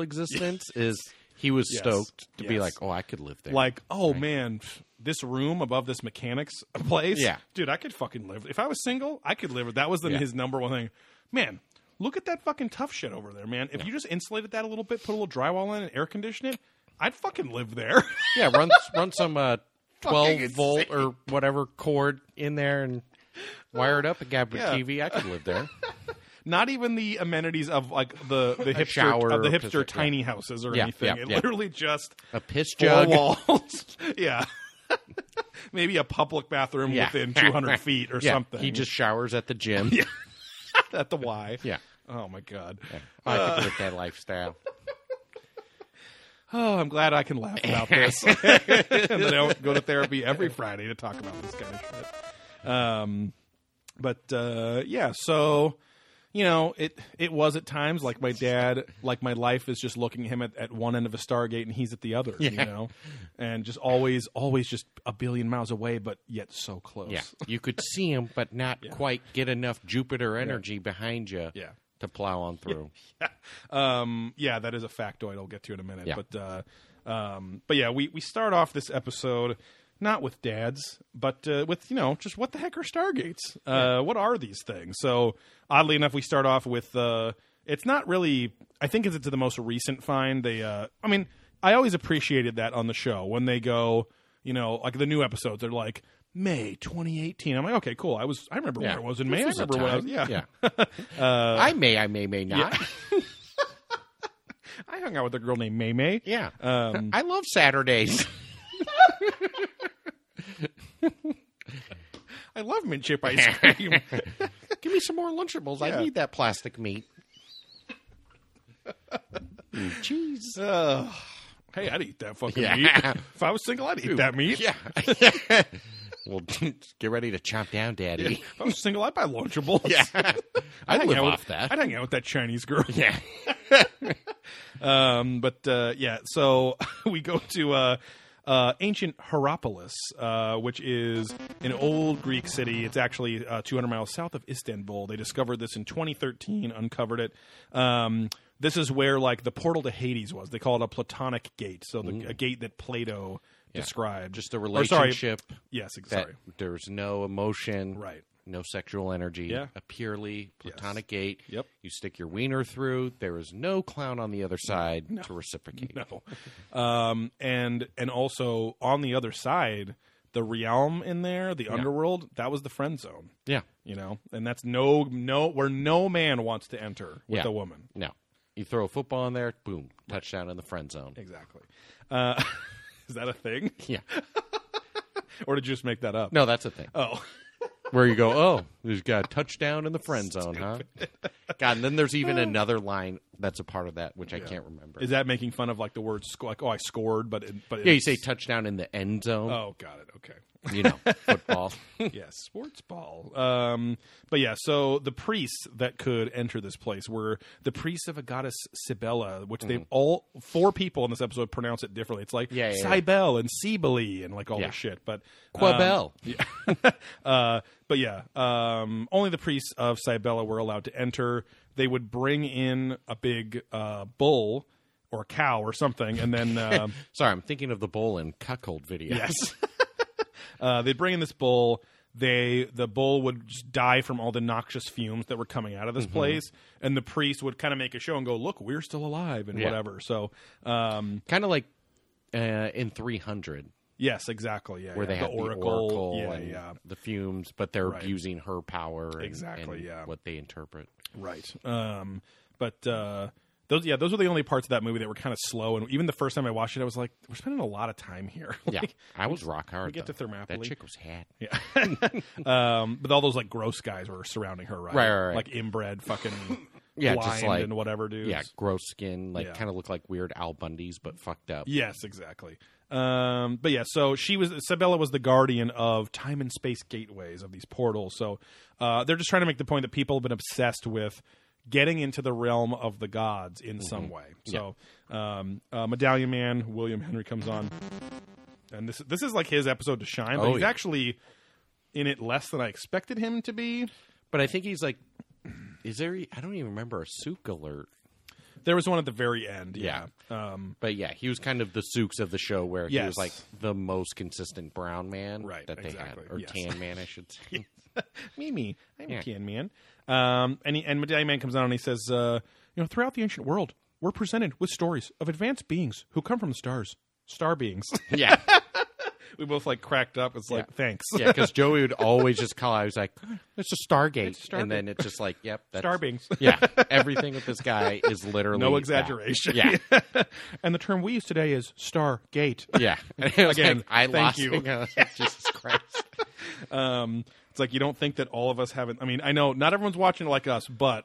[LAUGHS]
existence, is he was
Yes.
stoked to be
Yes.
like, oh, I could live there.
like, oh man, pff, this room above this mechanics [LAUGHS] place.
Yeah.
Dude, I could fucking live. If I was single, I could live. That was the,
Yeah.
his number one thing. Man, look at that fucking tough shit over there, man. If you just insulated that a little bit, put a little drywall in and air condition it, I'd fucking live there. [LAUGHS]
yeah, run run some uh, twelve volt or whatever cord in there and wire it up a gab
Yeah.
TV. I could live there.
Not even the amenities of like the the hipster
shower
of the
or a
hipster
piscine, yeah.
tiny houses or
Yeah,
anything.
yeah,
it
yeah.
literally just
A piss
four
jug.
walls. [LAUGHS] yeah. Maybe a public bathroom
Yeah.
within
[LAUGHS]
200 feet or
Yeah,
something.
he just showers at the gym. Yeah,
[LAUGHS] at the Y.
Yeah.
Oh my god.
I could
Uh.
live that
[LAUGHS]
lifestyle.
Oh, I'm glad I can laugh about this. [LAUGHS] and that I don't go to therapy every Friday to talk about this kind of shit. Um, but uh, yeah, so you know, it it was at times like my dad, like my life is just looking him at, at one end of a Stargate and he's at the other, you know, and just always, always just a billion miles away, but yet so close.
Yeah, you could see him, but not quite get enough Jupiter energy behind you.
Yeah.
to plow on through.
um, yeah, that is a factoid I'll get to in a minute.
Yeah.
But uh, um, but yeah, we we start off this episode not with dads, but uh, with you know just what the heck are stargates? Uh, What are these things? So oddly enough, we start off with uh, it's not really. I think it's to the most recent find. They, uh, I mean, I always appreciated that on the show when they go, you know, like the new episodes. They're like. May 2018. I'm like, okay, cool. I was, I remember
Yeah.
where it was in
This
May. I
was a
remember when I was,
time.
yeah. Uh,
I may, I may, may not.
[LAUGHS] I hung out with a girl named May May. Um,
Yeah. I
[LAUGHS]
love Saturdays.
I love mint chip ice cream.
[LAUGHS] Give me some more Lunchables.
Yeah.
I need that plastic meat. Cheese.
Ugh. hey, I'd eat that fucking
Yeah.
meat. If I was single, I'd eat that meat.
Yeah.
[LAUGHS]
well, [LAUGHS] get ready to chomp down, Daddy.
If I was single, I'd buy Lunchables.
[LAUGHS] Yeah.
[LAUGHS]
I
I'd
live
hang out
off
with,
that.
I'd hang out with that Chinese girl. [LAUGHS]
yeah.
Um, but uh, yeah, so [LAUGHS] we go to uh, uh, ancient Hierapolis, uh, which is an old Greek city. It's actually uh, 200 miles south of Istanbul. They discovered this in 2013, uncovered it. Um, this is where like the portal to Hades was. They call it a Platonic gate, so the, a gate that Plato described.
Just a
Or, sorry,
relationship
Yes, ex-
that
sorry.
there's no emotion.
Right.
No sexual energy.
Yeah.
A purely platonic gate.
Yep.
You stick your wiener through. There is no clown on the other side to reciprocate.
No. Um, and and also on the other side, the realm in there, the underworld, that was the friend zone.
Yeah.
You know, and that's no no where no man wants to enter with
Yeah.
a woman.
No. You throw a football in there, boom, touchdown in the friend zone.
Exactly. Uh, [LAUGHS] is that a thing,
Yeah.
or did you just make that up?
No, that's a thing.
Oh,
[LAUGHS]
[LAUGHS]
Where [LAUGHS] you go, oh, there's got a touchdown in the friend zone, huh? God, and then there's even another line That's a part of that which I can't remember.
Is that making fun of like the word sc- like oh I scored but it, but
yeah, you
it's-
say touchdown in the end zone.
oh got it okay [LAUGHS]
You know, football. [LAUGHS]
yeah, sports ball. Um, but yeah, so the priests that could enter this place were the priests of a goddess Sibella, which they've all four people in this episode pronounce it differently. It's like
Mm. Yeah, yeah, yeah.
Cybele and Sibeli and like all
Yeah.
this shit. But um,
Quabell.
[LAUGHS] uh, but yeah, um, only the priests of Cybella were allowed to enter. They would bring in a big uh, bull or cow or something, and
[LAUGHS]
then. Um, [LAUGHS]
Sorry, I'm thinking of the bowl and cuckold video. [LAUGHS]
Yes. uh, they bring in this bull. They the bull would just die from all the noxious fumes that were coming out of
Mm-hmm.
this place, and the priest would kind of make a show and go, "Look, we're still alive," and
Yeah.
whatever. So, um,
Kind of like uh, in 300,
yes, exactly. Yeah,
where
yeah. the
they had
oracle,
the oracle
yeah,
and
yeah,
the fumes, but they're
Right.
abusing her power. And,
Exactly,
and
yeah.
What they interpret.
right. Um, but uh, those, yeah, those were the only parts of that movie that were kind of slow. And even the first time I watched it, I was like, "We're spending a lot of time here." [LAUGHS]
Yeah, I was rock hard.
get
though.
to
That
Thermopylae.
chick was hot.
um, but all those like gross guys were surrounding her, right?
Right, right, right.
Like inbred, fucking,
[LAUGHS] Yeah,
blind
just like-
and whatever dudes.
Yeah, gross skin, like
Yeah.
kind of look like weird Al Bundy's, but fucked up.
Yes, exactly. Um, but yeah, so she was Sabella was the guardian of time and space gateways of these portals. So uh, they're just trying to make the point that people have been obsessed with getting into the realm of the gods in some
Mm-hmm.
way. So um, uh, Medallion Man William Henry comes on, and this this is like his episode to shine. But
Oh,
he's
yeah.
actually in it less than I expected him to be.
But I think he's like, is there? e, I don't even remember a souk alert.
There was one at the very end. Yeah. Um,
But yeah, he was kind of the souks of the show, where he
Yes.
was like the most consistent brown man
Right,
that they
exactly,
had, or
yes.
tan man,
[LAUGHS]
I should say.
Mimi, I'm
Yeah.
a tan man. Um, and he, and Medallion Man comes out and he says, uh, you know, throughout the ancient world, we're presented with stories of advanced beings who come from the stars, star beings. [LAUGHS]
yeah,
we both like cracked up. It's like,
Yeah.
thanks,
yeah, because Joey would always just call. I was like, "It's a Stargate,"
It's Stargate.
and then it's just like, "Yep, that's,
[LAUGHS] star
[LAUGHS]
beings. [LAUGHS]
Yeah, everything with this guy is literally
No
that.
exaggeration.
Yeah,
[LAUGHS] and the term we use today is star gate.
yeah. [LAUGHS] And it was
Again,
like, I
thank
lost
you.
it. I was like, [LAUGHS] Jesus Christ.
Um, it's like you don't think that all of us haven't. I mean, I know not everyone's watching like us, but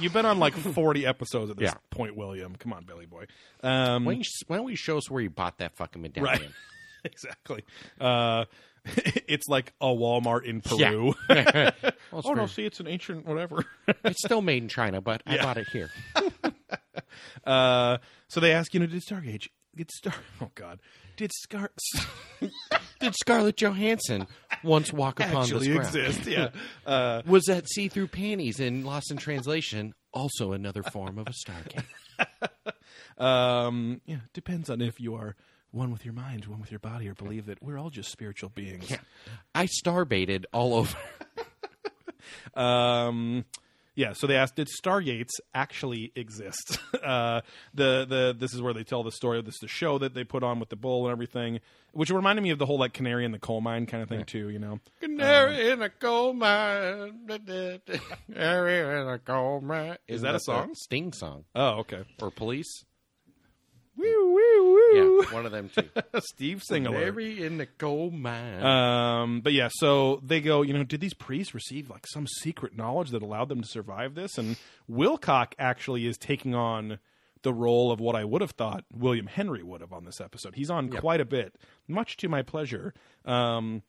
you've been
[LAUGHS]
on like 40 episodes at this
Yeah.
point, William. Come on, Billy boy. Um,
Why don't, you, why don't you show us where you bought that fucking medallion?
Right. [LAUGHS] exactly. Uh, [LAUGHS] it's like a Walmart in Peru.
[LAUGHS] Well,
[LAUGHS]
it's
oh no,
very-
see, it's an ancient whatever. [LAUGHS]
[LAUGHS] it's still made in China, but I bought it here.
uh, so they ask, you know, did Stargate did Star? [LAUGHS] Oh God, did Scar [LAUGHS]
Did Scarlett Johansson once [LAUGHS] walk upon
actually
this ground?
exist?
[LAUGHS]
Yeah. Uh,
Was that see-through panties in Lost in Translation also another form of a Stargate?
um, yeah, depends on if you are one with your mind, one with your body, or believe that we're all just spiritual beings.
I starbaited all over.
Um, yeah, so they asked, did Stargates actually exist? [LAUGHS] uh, the the this is where they tell the story of this the show that they put on with the bull and everything, which reminded me of the whole like canary in the coal mine kind of thing too. You know,
[LAUGHS] Canary in a coal mine. Canary in a coal mine. Is
that a song?
Sting song
oh okay,
or Police?
woo woo woo,
Yeah, one of them too.
[LAUGHS] Steve sing alert.
[LAUGHS] Canary in the coal mine.
Um, but yeah, so they go. You know, did these priests receive like some secret knowledge that allowed them to survive this? And Wilcock actually is taking on the role of what I would have thought William Henry would have on this episode. He's on quite a bit, much to my pleasure. Um,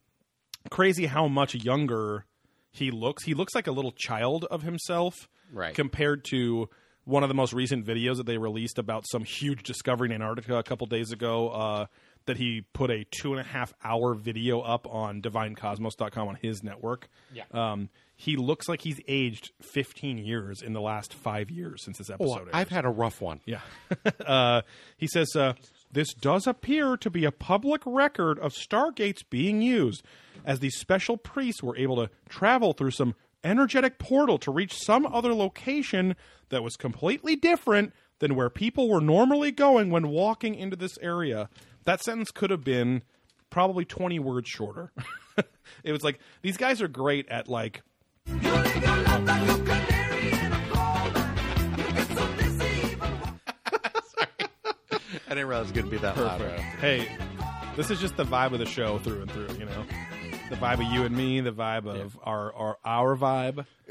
crazy how much younger he looks. He looks like a little child of himself,
Right.
Compared to one of the most recent videos that they released about some huge discovery in Antarctica a couple days ago. Uh, that he put a two and a half hour video up on divinecosmos.com on his network.
Yeah.
Um, he looks like he's aged 15 years in the last five years since this
Oh,
episode. aired.
I've had a rough one.
Yeah. [LAUGHS] uh, he says, uh, This does appear to be a public record of Stargates being used, as these special priests were able to travel through some energetic portal to reach some other location that was completely different than where people were normally going when walking into this area. That sentence could have been probably 20 words shorter. [LAUGHS] it was like, these guys are great at like
I didn't realize it was going to be that
Perfect. Hey, this is just the vibe of the show through and through. You know, the vibe of you and me, the vibe of our our our vibe.
[LAUGHS]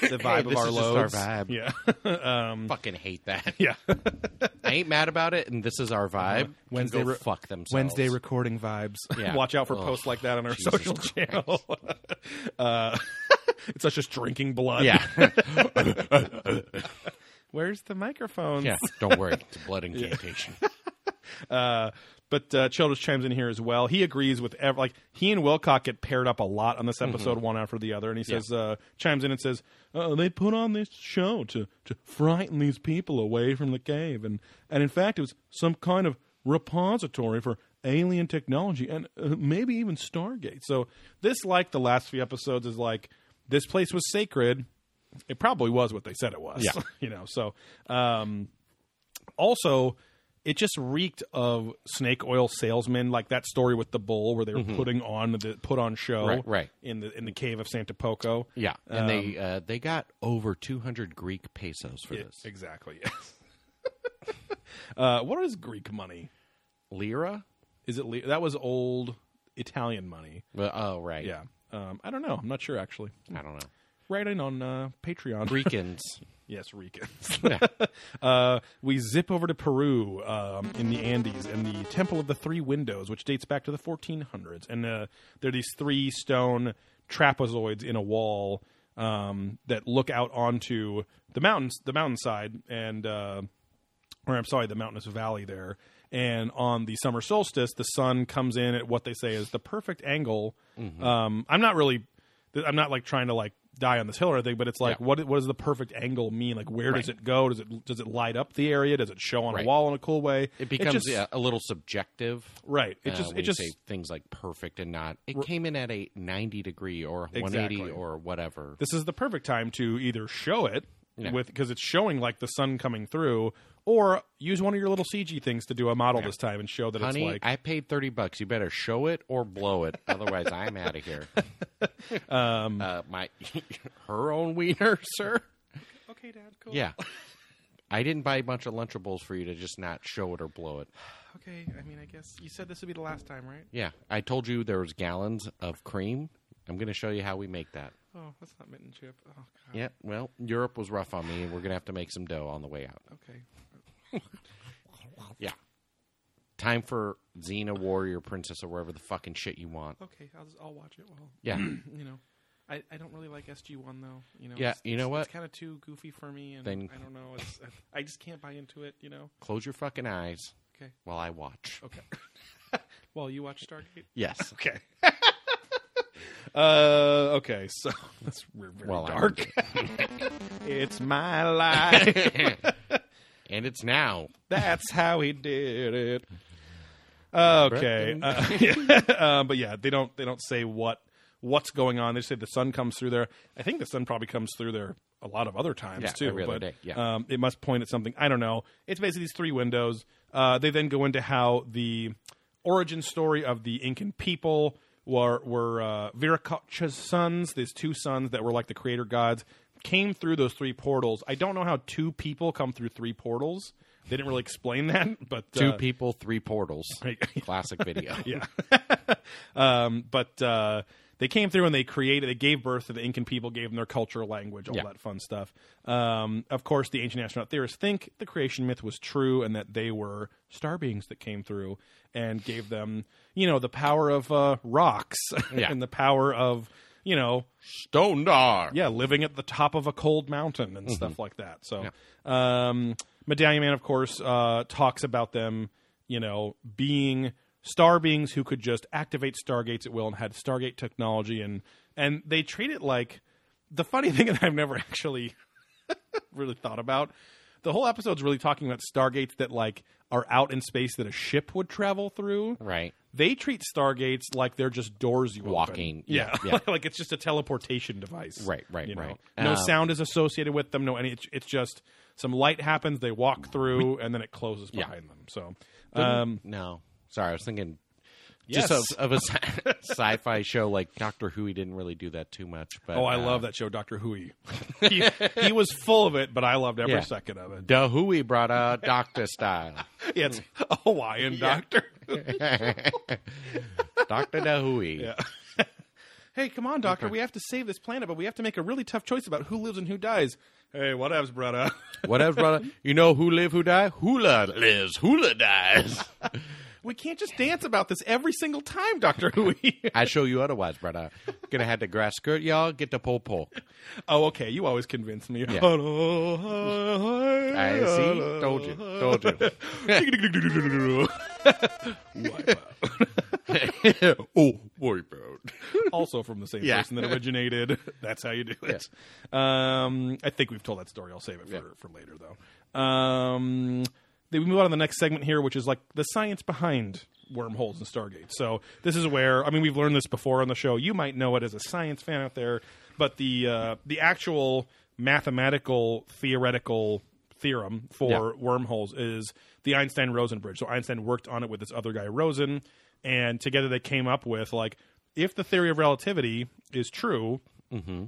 the vibe of
this
our
is just our
loads.
vibe.
Yeah,
[LAUGHS]
Um,
Fucking hate that.
yeah.
[LAUGHS]
Uh-huh.
I ain't mad about it, and this is our vibe. Can
Wednesday
go
re-
fuck themselves.
Wednesday recording vibes.
Yeah.
Watch out for
Ugh.
posts like that on our
Jesus
social
Christ.
channel. [LAUGHS] uh, [LAUGHS] it's us just drinking blood. [LAUGHS]
[LAUGHS] yeah,
[LAUGHS] Where's the microphones?
yeah. Don't worry, it's a
[LAUGHS]
blood incantation.
But uh, Childress chimes in here as well. He agrees with ev- like he and Wilcock get paired up a lot on this episode, one after the other. And he says, uh, chimes in and says, uh, "They put on this show to to frighten these people away from the cave, and and in fact, it was some kind of repository for alien technology and uh, maybe even Stargate." So this, like the last few episodes, is like this place was sacred. It probably was what they said it was.
Yeah.
[LAUGHS] you know. So. Um, also it just reeked of snake oil salesmen like that story with the bull where they were putting on the put on show
Mm-hmm. Right, right.
in the in the cave of Santa Poco.
Yeah, and they uh, they got over two hundred Greek pesos for
Um, Yeah,
this.
exactly. Yes. [LAUGHS] uh, what is Greek money?
Lira?
Is it li- that was old Italian money?
Well, oh, right.
Yeah. Um, I don't know. I'm not sure actually.
I don't know.
Write in on uh, Patreon. [LAUGHS]
Greekans.
Yes, Rican.
Yeah.
[LAUGHS] uh, we zip over to Peru um, in the Andes and the Temple of the Three Windows, which dates back to the 1400s. And uh, there are these three stone trapezoids in a wall um, that look out onto the mountains, the mountainside, and uh, or I'm sorry, the mountainous valley there. And on the summer solstice, the sun comes in at what they say is the perfect angle.
Mm-hmm.
Um, I'm not really, th- I'm not like trying to like die on this hill or anything, but it's like,
Yeah.
what what does the perfect angle mean? Like, where does it go? Does it does it light up the area? Does it show on
Right.
a wall in a cool way?
It becomes
just,
yeah, a little subjective.
right. It
uh,
just
when
it
you
just
say things like perfect and not. It came in at a ninety degree or one eighty
Exactly.
or whatever.
this is the perfect time to either show it
Yeah.
with because it's showing like the sun coming through, or use one of your little CG things to do a model this time and show that
Honey,
it's like
I paid thirty bucks. You better show it or blow it, otherwise I'm out of here. [LAUGHS] Um, uh, my [LAUGHS] her own wiener, [LAUGHS] sir.
okay, Dad, cool.
Yeah, I didn't buy a bunch of Lunchables for you to just not show it or blow it.
Okay, I mean, I guess you said this would be the last time, right?
Yeah, I told you there was gallons of cream. I'm going to show you how we make that.
Oh, that's not mint and chip. Oh, God.
Yeah, well, Europe was rough on me, and we're going to have to make some dough on the way out.
Okay.
Yeah. Time for Xena, Warrior, Princess, or wherever the fucking shit you want.
Okay, I'll, just, I'll watch it. Well,
Yeah.
[CLEARS THROAT] you know, I, I don't really like SG1, though. You know,
Yeah,
it's-
you know
it's-
what?
It's kind of too goofy for me, and
Then-
I don't know. It's, I, I just can't buy into it, you know?
Close your fucking eyes
Okay.
while I watch.
Okay. well, you watch Stargate?
Yes.
Okay. [LAUGHS] uh, okay, so [LAUGHS] that's we're very
Well, I-
dark. [LAUGHS] it's my life. [LAUGHS]
and it's now.
That's how he did it. Okay, uh, [LAUGHS] uh, but yeah, they don't they don't say what what's going on. They say the sun comes through there. I think the sun probably comes through there a lot of other times
Yeah,
too.
every other
but
day, yeah.
um, it must point at something. I don't know. It's basically these three windows. Uh, they then go into how the origin story of the Incan people were were uh, Viracocha's sons. These two sons that were like the creator gods came through those three portals. I don't know how two people come through three portals. They didn't really explain [LAUGHS] that, but
Two
uh,
people, three portals. Classic
[LAUGHS]
video.
yeah. um, but uh, they came through and they created, they gave birth to the Incan people, gave them their culture, language, all
Yeah.
that fun stuff. Um, of course, the ancient astronaut theorists think the creation myth was true and that they were star beings that came through and gave them, you know, the power of uh, rocks [LAUGHS]
Yeah.
and the power of, you know,
Stone Dar.
yeah, living at the top of a cold mountain and stuff like that. So, um, Medallion Man, of course, uh, talks about them, you know, being star beings who could just activate stargates at will and had stargate technology, and and they treat it like the funny [LAUGHS] thing that I've never actually [LAUGHS] really thought about. The whole episode's really talking about stargates that like are out in space that a ship would travel through
Right.
they treat stargates like they're just doors you open.
Walking,
Yeah, [LAUGHS]
yeah, yeah.
like it's just a teleportation device.
Right, right,
you know?
right.
No
Um,
sound is associated with them. No, any. It's, it's just some light happens. They walk through, and then it closes
Yeah.
behind them. So, um,
No. Sorry, I was thinking
yes.
just of, of a
[LAUGHS]
sci- sci-fi show like Doctor Who. He didn't really do that too much, but uh,
oh, I love that show, Doctor Hui. [LAUGHS] he, he was full of it, but I loved every
Yeah.
second of it.
Da Hui brought a
[LAUGHS]
doctor style.
Yeah,
[LAUGHS]
it's a Hawaiian doctor.
Doctor Da Hui.
Yeah. "Hey, come on, doctor, we have to save this planet, but we have to make a really tough choice about who lives and who dies." Hey, what whatevs, brother? [LAUGHS]
Whatever, brother. You know who live, who die? Hula lives,
[LAUGHS]
hula dies.
we can't just dance about this every single time, Doctor Hui.
I show you otherwise, brother. Gonna have the grass skirt, y'all. Get the
[LAUGHS]
pole [LAUGHS] pole.
oh, okay, you always convince me. [LAUGHS]
Yeah. I
I
see. Told you. Told you. oh, worry about.
[LAUGHS] also from the same
Yeah.
person that originated. [LAUGHS] That's how you do it. Um, I think we've told that story. I'll save it for, for later, though. Um, then we move on to the next segment here, which is like the science behind wormholes and Stargate. So this is where I mean we've learned this before on the show. You might know it as a science fan out there, but the uh, the actual mathematical theoretical theorem for wormholes is the Einstein Rosen bridge. So Einstein worked on it with this other guy Rosen, and together they came up with like if the theory of relativity is true,
Mm-hmm.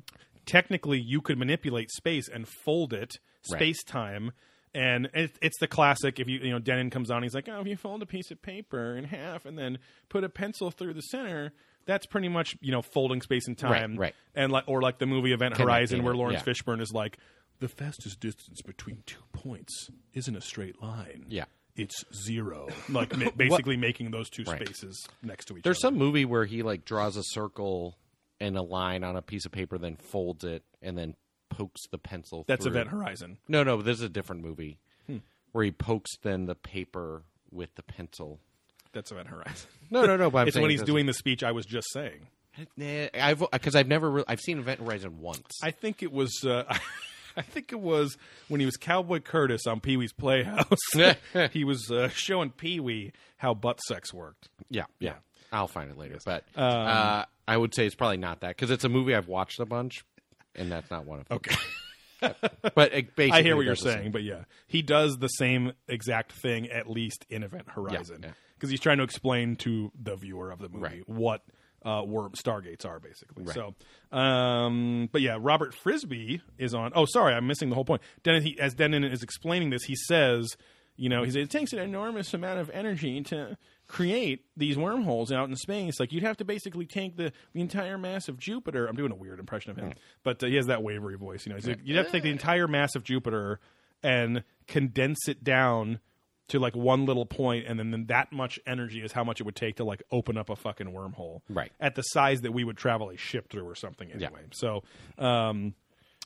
technically you could manipulate space and fold it
Right.
space time. And it, it's the classic. If you you know Denon comes on, he's like, "Oh, if you fold a piece of paper in half and then put a pencil through the center, that's pretty much you know folding space and time."
right.
And like or like the movie Event Horizon,
it,
where Lawrence
yeah.
Fishburne is like, "The fastest distance between two points isn't a straight line.
Yeah.
it's
[LAUGHS]
zero. like ma- basically making those two spaces next to each
There's
other.
some movie where he like draws a circle and a line on a piece of paper, then folds it and then pokes the pencil.
That's
through.
Event Horizon.
No, no, this is a different movie where he pokes then the paper with the pencil.
That's Event Horizon.
[LAUGHS] No, no, no. But I'm
it's
saying
when he's
this-
doing the speech I was just saying.
Nah, I've because I've never re- I've seen Event Horizon once.
I think it was. Uh, [LAUGHS] I think it was when he was Cowboy Curtis on Pee Wee's
[LAUGHS]
Playhouse. he was uh, showing Pee Wee how butt sex worked.
yeah, yeah. I'll find it later, but uh, I would say it's probably not that because it's a movie I've watched a bunch, and that's not one of them. Okay, [LAUGHS] but it basically
I hear what you're
does the same.
saying, but yeah, he does the same exact thing at least in Event Horizon because
yeah.
he's trying to explain to the viewer of the movie
Right.
what uh, worm stargates are basically. So, um, but yeah, Robert Frisbee is on. Oh, sorry, I'm missing the whole point. Denon, he, as Denon is explaining this, he says, you know, he says it takes an enormous amount of energy to create these wormholes out in space. Like you'd have to basically take the, the entire mass of Jupiter. I'm doing a weird impression of him, but uh, he has that wavery voice. You know, he's like, you'd have to take the entire mass of Jupiter and condense it down to like one little point and then, then that much energy is how much it would take to like open up a fucking wormhole
Right.
at the size that we would travel a ship through or something anyway so um,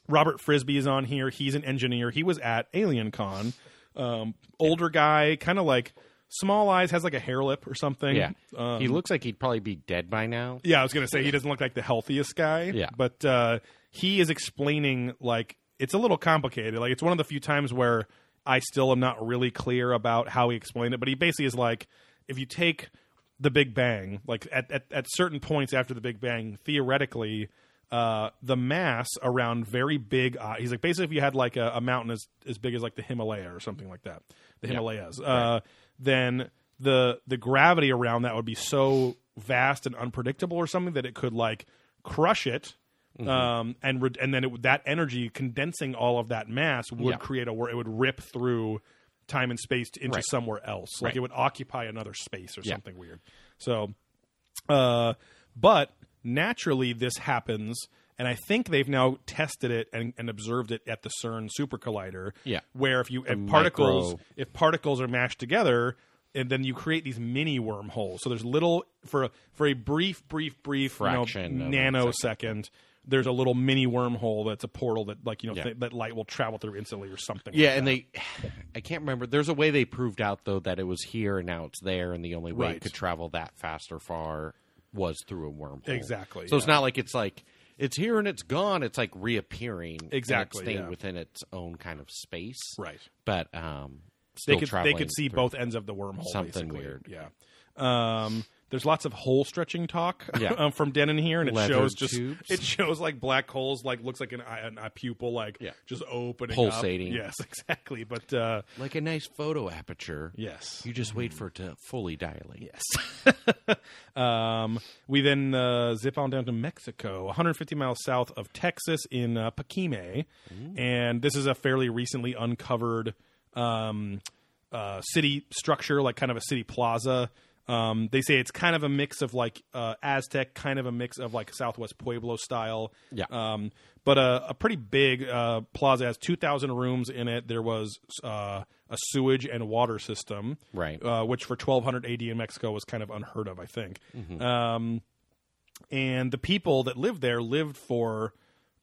robert frisbee is on here he's an engineer he was at alien con um, older guy kind of like small eyes has like a hair lip or something
Yeah,
um,
he looks like he'd probably be dead by now.
yeah, I was gonna say he doesn't look like the healthiest guy.
Yeah.
but uh, he is explaining like it's a little complicated. Like it's one of the few times where I still am not really clear about how he explained it. But he basically is like, if you take the Big Bang, like at at, at certain points after the Big Bang, theoretically. Uh, the mass around very big. Uh, he's like basically if you had like a, a mountain as as big as like the Himalaya or something like that, the Himalayas. Uh, Then the the gravity around that would be so vast and unpredictable or something that it could like crush it
Mm-hmm.
um and re- and then it, would- that energy condensing all of that mass would
Yeah.
create a wor- it would rip through time and space into
Right.
somewhere else like
Right.
it would occupy another space or
Yeah.
something weird so uh but naturally this happens and I think they've now tested it and, and observed it at the CERN super collider.
Yeah.
Where if you if particles
micro-
if particles are mashed together and then you create these mini wormholes so there's little for a, for a brief brief brief you know,
Fraction of a
nanosecond there's a little mini wormhole that's a portal that like you know
Yeah.
th- that light will travel through instantly or something
Yeah,
like
and
that.
they, [SIGHS] I can't remember. There's a way they proved out though that it was here and now it's there, and the only way
Right.
it could travel that fast or far was through a wormhole.
Exactly,
So it's
yeah.
not like it's like it's here and it's gone. It's like reappearing. and it's
Exactly,
staying
yeah.
within its own kind of space.
Right.
But um, still
they could they
traveling
could see
through.
both ends of the wormhole
Something
basically.
weird.
yeah um there's lots of hole stretching talk [LAUGHS]
Yeah.
um, from Denon here, and it
Leather
shows just
tubes.
it shows like black holes, like looks like an eye, an, a pupil, like
Yeah.
just opening, up.
Pulsating.
Yes, [LAUGHS] exactly. But uh,
like a nice photo aperture.
yes, Mm-hmm.
You just wait for it to fully dilate. Yes.
[LAUGHS] Um, we then uh, zip on down to Mexico, 150 miles south of Texas in uh, Paquime. And this is a fairly recently uncovered um, uh, city structure, like kind of a city plaza. Um, they say it's kind of a mix of like uh, Aztec, kind of a mix of like Southwest Pueblo style.
Yeah.
Um, but a, a pretty big uh, plaza has 2,000 rooms in it. There was uh, a sewage and water system,
Right.
Uh, which for 1200 AD in Mexico was kind of unheard of, I think.
Mm-hmm.
Um, and the people that lived there lived for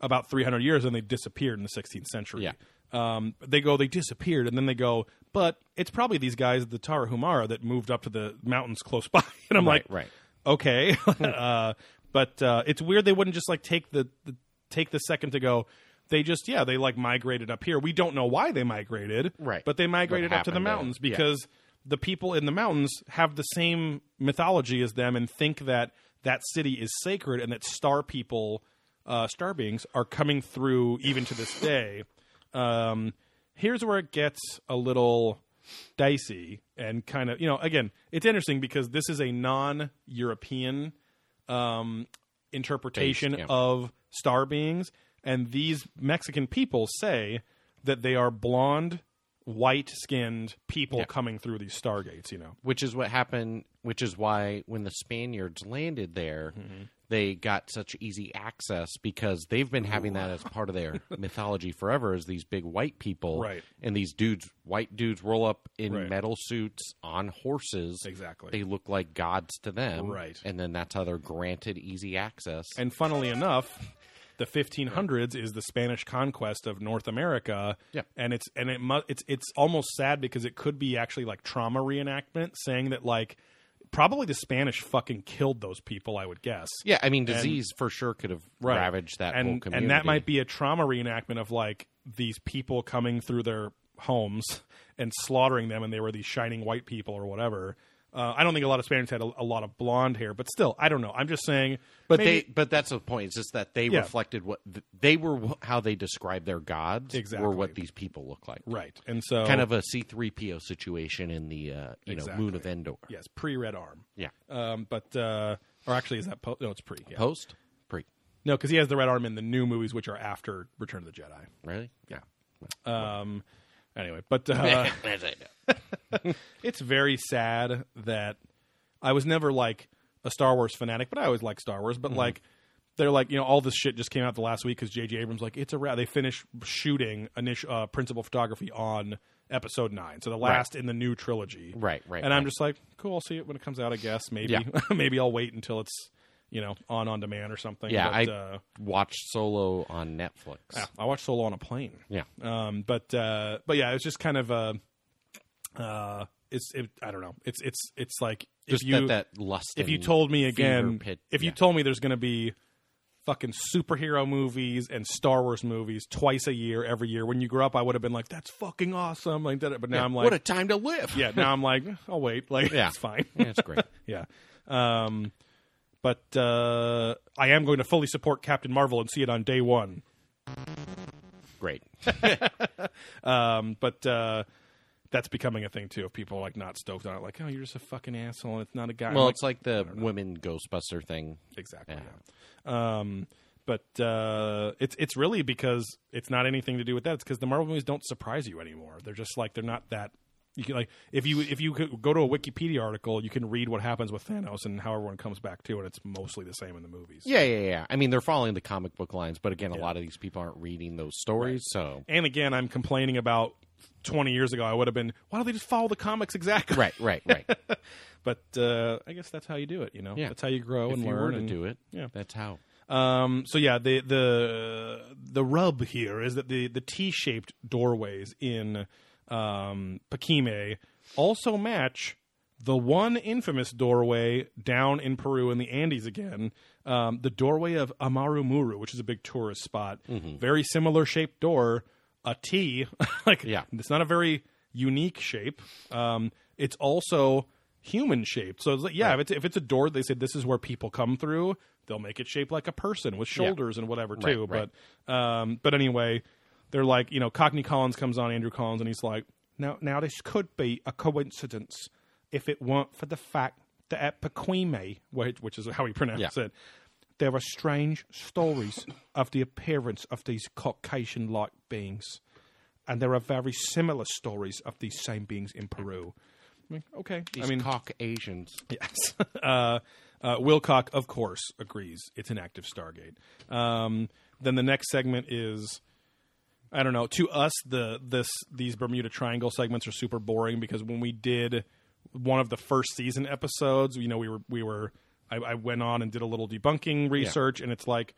about 300 years and they disappeared in the 16th century.
Yeah.
Um, they go, they disappeared, and then they go, but it's probably these guys, at the Tarahumara, that moved up to the mountains close [LAUGHS] by. And I'm
Right,
like,
right.
okay. [LAUGHS]
Hmm.
uh, but uh, it's weird they wouldn't just like take the, the take the second to go. They just yeah they like migrated up here. We don't know why they migrated,
Right.
But they migrated up to the
happened there.
mountains
Yeah.
because the people in the mountains have the same mythology as them and think that that city is sacred and that star people, uh, star beings, are coming through even to this day. Um, here's where it gets a little dicey and kind of you know again it's interesting because this is a non-European um, interpretation
Based, yeah.
of star beings, and these Mexican people say that they are blonde, white-skinned people coming through these stargates. You know,
which is what happened which is why when the spaniards landed there
Mm-hmm.
they got such easy access because they've been having that as part
[LAUGHS]
of their mythology forever as these big white people
Right.
and these dudes white dudes roll up in
Right.
metal suits on horses
Exactly.
they look like gods to them
Right.
and then that's how they're granted easy access
and funnily enough. The 1500s is the Spanish conquest of North America,
Yeah.
and it's and it mu- it's it's almost sad because it could be actually like trauma reenactment, saying that like probably the Spanish fucking killed those people. I would guess,
yeah i mean disease for sure could have
Right.
ravaged that
and,
whole community
And that might be a trauma reenactment of like these people coming through their homes and slaughtering them, and they were these shining white people or whatever. Uh, I don't think a lot of Spaniards had a, a lot of blonde hair, but still, I don't know. I'm just saying.
But
maybe-
they, but that's the point. It's just that they
Yeah.
reflected what th- they were, wh- how they described their gods,
Exactly.
were what these people look like.
right, and so
Kind of a C three PO situation in the uh, you know moon
Exactly.
of Endor.
yes, pre-red arm.
Yeah.
Um, but uh, or actually, is that po- no? It's pre. Yeah.
Post pre
no, because he has the red arm in the new movies, which are after Return of the Jedi.
really yeah.
Um, anyway, but uh,
As I know.
it's very sad that I was never like a Star Wars fanatic, but I always liked Star Wars. But
Mm-hmm.
like, they're like, you know, all this shit just came out the last week because J.J. Abrams like it's a wrap. They finished shooting initial uh, principal photography on episode nine, so the last in the new trilogy.
Right, right,
And I'm
right.
just like, cool. I'll see it when it comes out. I guess maybe,
Yeah.
[LAUGHS] maybe I'll wait until it's you know on on demand or something.
Yeah,
but,
I
uh,
watched Solo on Netflix.
yeah, I watched Solo on a plane.
Yeah.
Um, but uh, but yeah, it's just kind of uh, uh, it's it, I don't know. It's it's it's like
Just
if you
that, that lust.
if you
and
told me
fever
again
pit-
if you
yeah.
told me there's going to be fucking superhero movies and Star Wars movies twice a year every year when you grew up, I would have been like that's fucking awesome. Like that, but now I'm like
what a [LAUGHS] time to live.
yeah, now I'm like "Eh, I'll wait. Like
Yeah.
it's fine. [LAUGHS]
yeah it's great.
yeah. Um, but uh, I am going to fully support Captain Marvel and see it on day one. [LAUGHS]
Great.
Um, but uh, that's becoming a thing too. If people are like not stoked on it, like, oh, you're just a fucking asshole, and it's not a guy. I'm
Well, it's like the women Ghostbuster thing.
exactly.
Yeah.
Yeah. Um, but uh, it's it's really because it's not anything to do with that. It's because the Marvel movies don't surprise you anymore. They're just like they're not that. You can like if you if you could go to a Wikipedia article, you can read what happens with Thanos and how everyone comes back to, and it's mostly the same in the movies.
Yeah, yeah, yeah. I mean, they're following the comic book lines, but again, a lot of these people aren't reading those stories, so
[LAUGHS] And again, I'm complaining about 20 years ago. I would have been, why don't they just follow the comics exactly?
right, right,
[LAUGHS]
right.
but uh, I guess that's how you do it. You know,
Yeah.
that's how you grow
if
and
you
learn
were to
and
do it,
yeah.
that's how.
Um, so yeah, the the the rub here is that the the T shaped doorways in um, Pakime also match the one infamous doorway down in Peru in the Andes again. Um, the doorway of Amarumuru, which is a big tourist spot,
Mm-hmm.
very similar shaped door, a T. [LAUGHS] like
Yeah.
it's not a very unique shape. Um, it's also human shaped. So it's like, yeah, if it's if it's a door, they say this is where people come through. They'll make it shaped like a person with shoulders and whatever
Right,
too.
right.
But um, but anyway, they're like you know Cockney Collins comes on Andrew Collins and he's like now now this could be a coincidence if it weren't for the fact that at Paquime, which, which is how he pronounces
Yeah.
it. There are strange stories of the appearance of these Caucasian like beings and there are very similar stories of these same beings in Peru. I mean, okay.
These
I mean,
Caucasians.
Yes. [LAUGHS] uh, uh, Wilcock, of course, agrees. It's an active Stargate. Um, then the next segment is. I don't know. To us, the this these Bermuda Triangle segments are super boring because when we did one of the first season episodes, you know, we were we were I, I went on and did a little debunking research, and it's like,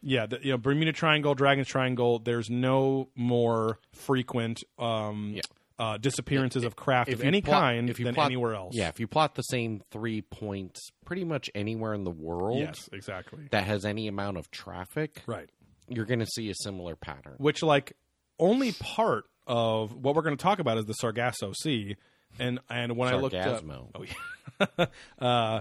yeah, the, you know, Bermuda Triangle, Dragon's Triangle. There's no more frequent um,
Yeah.
uh, disappearances of craft of
you
any
plot-
kind
if you
than
plot-
anywhere else.
Yeah, if you plot the same three points pretty much anywhere in the world
Yes, exactly.
that has any amount of traffic,
Right.
you're going to see a similar pattern.
Which like only part of what we're going to talk about is the Sargasso Sea, and and when I looked up,
Sargasmo.
oh yeah, uh,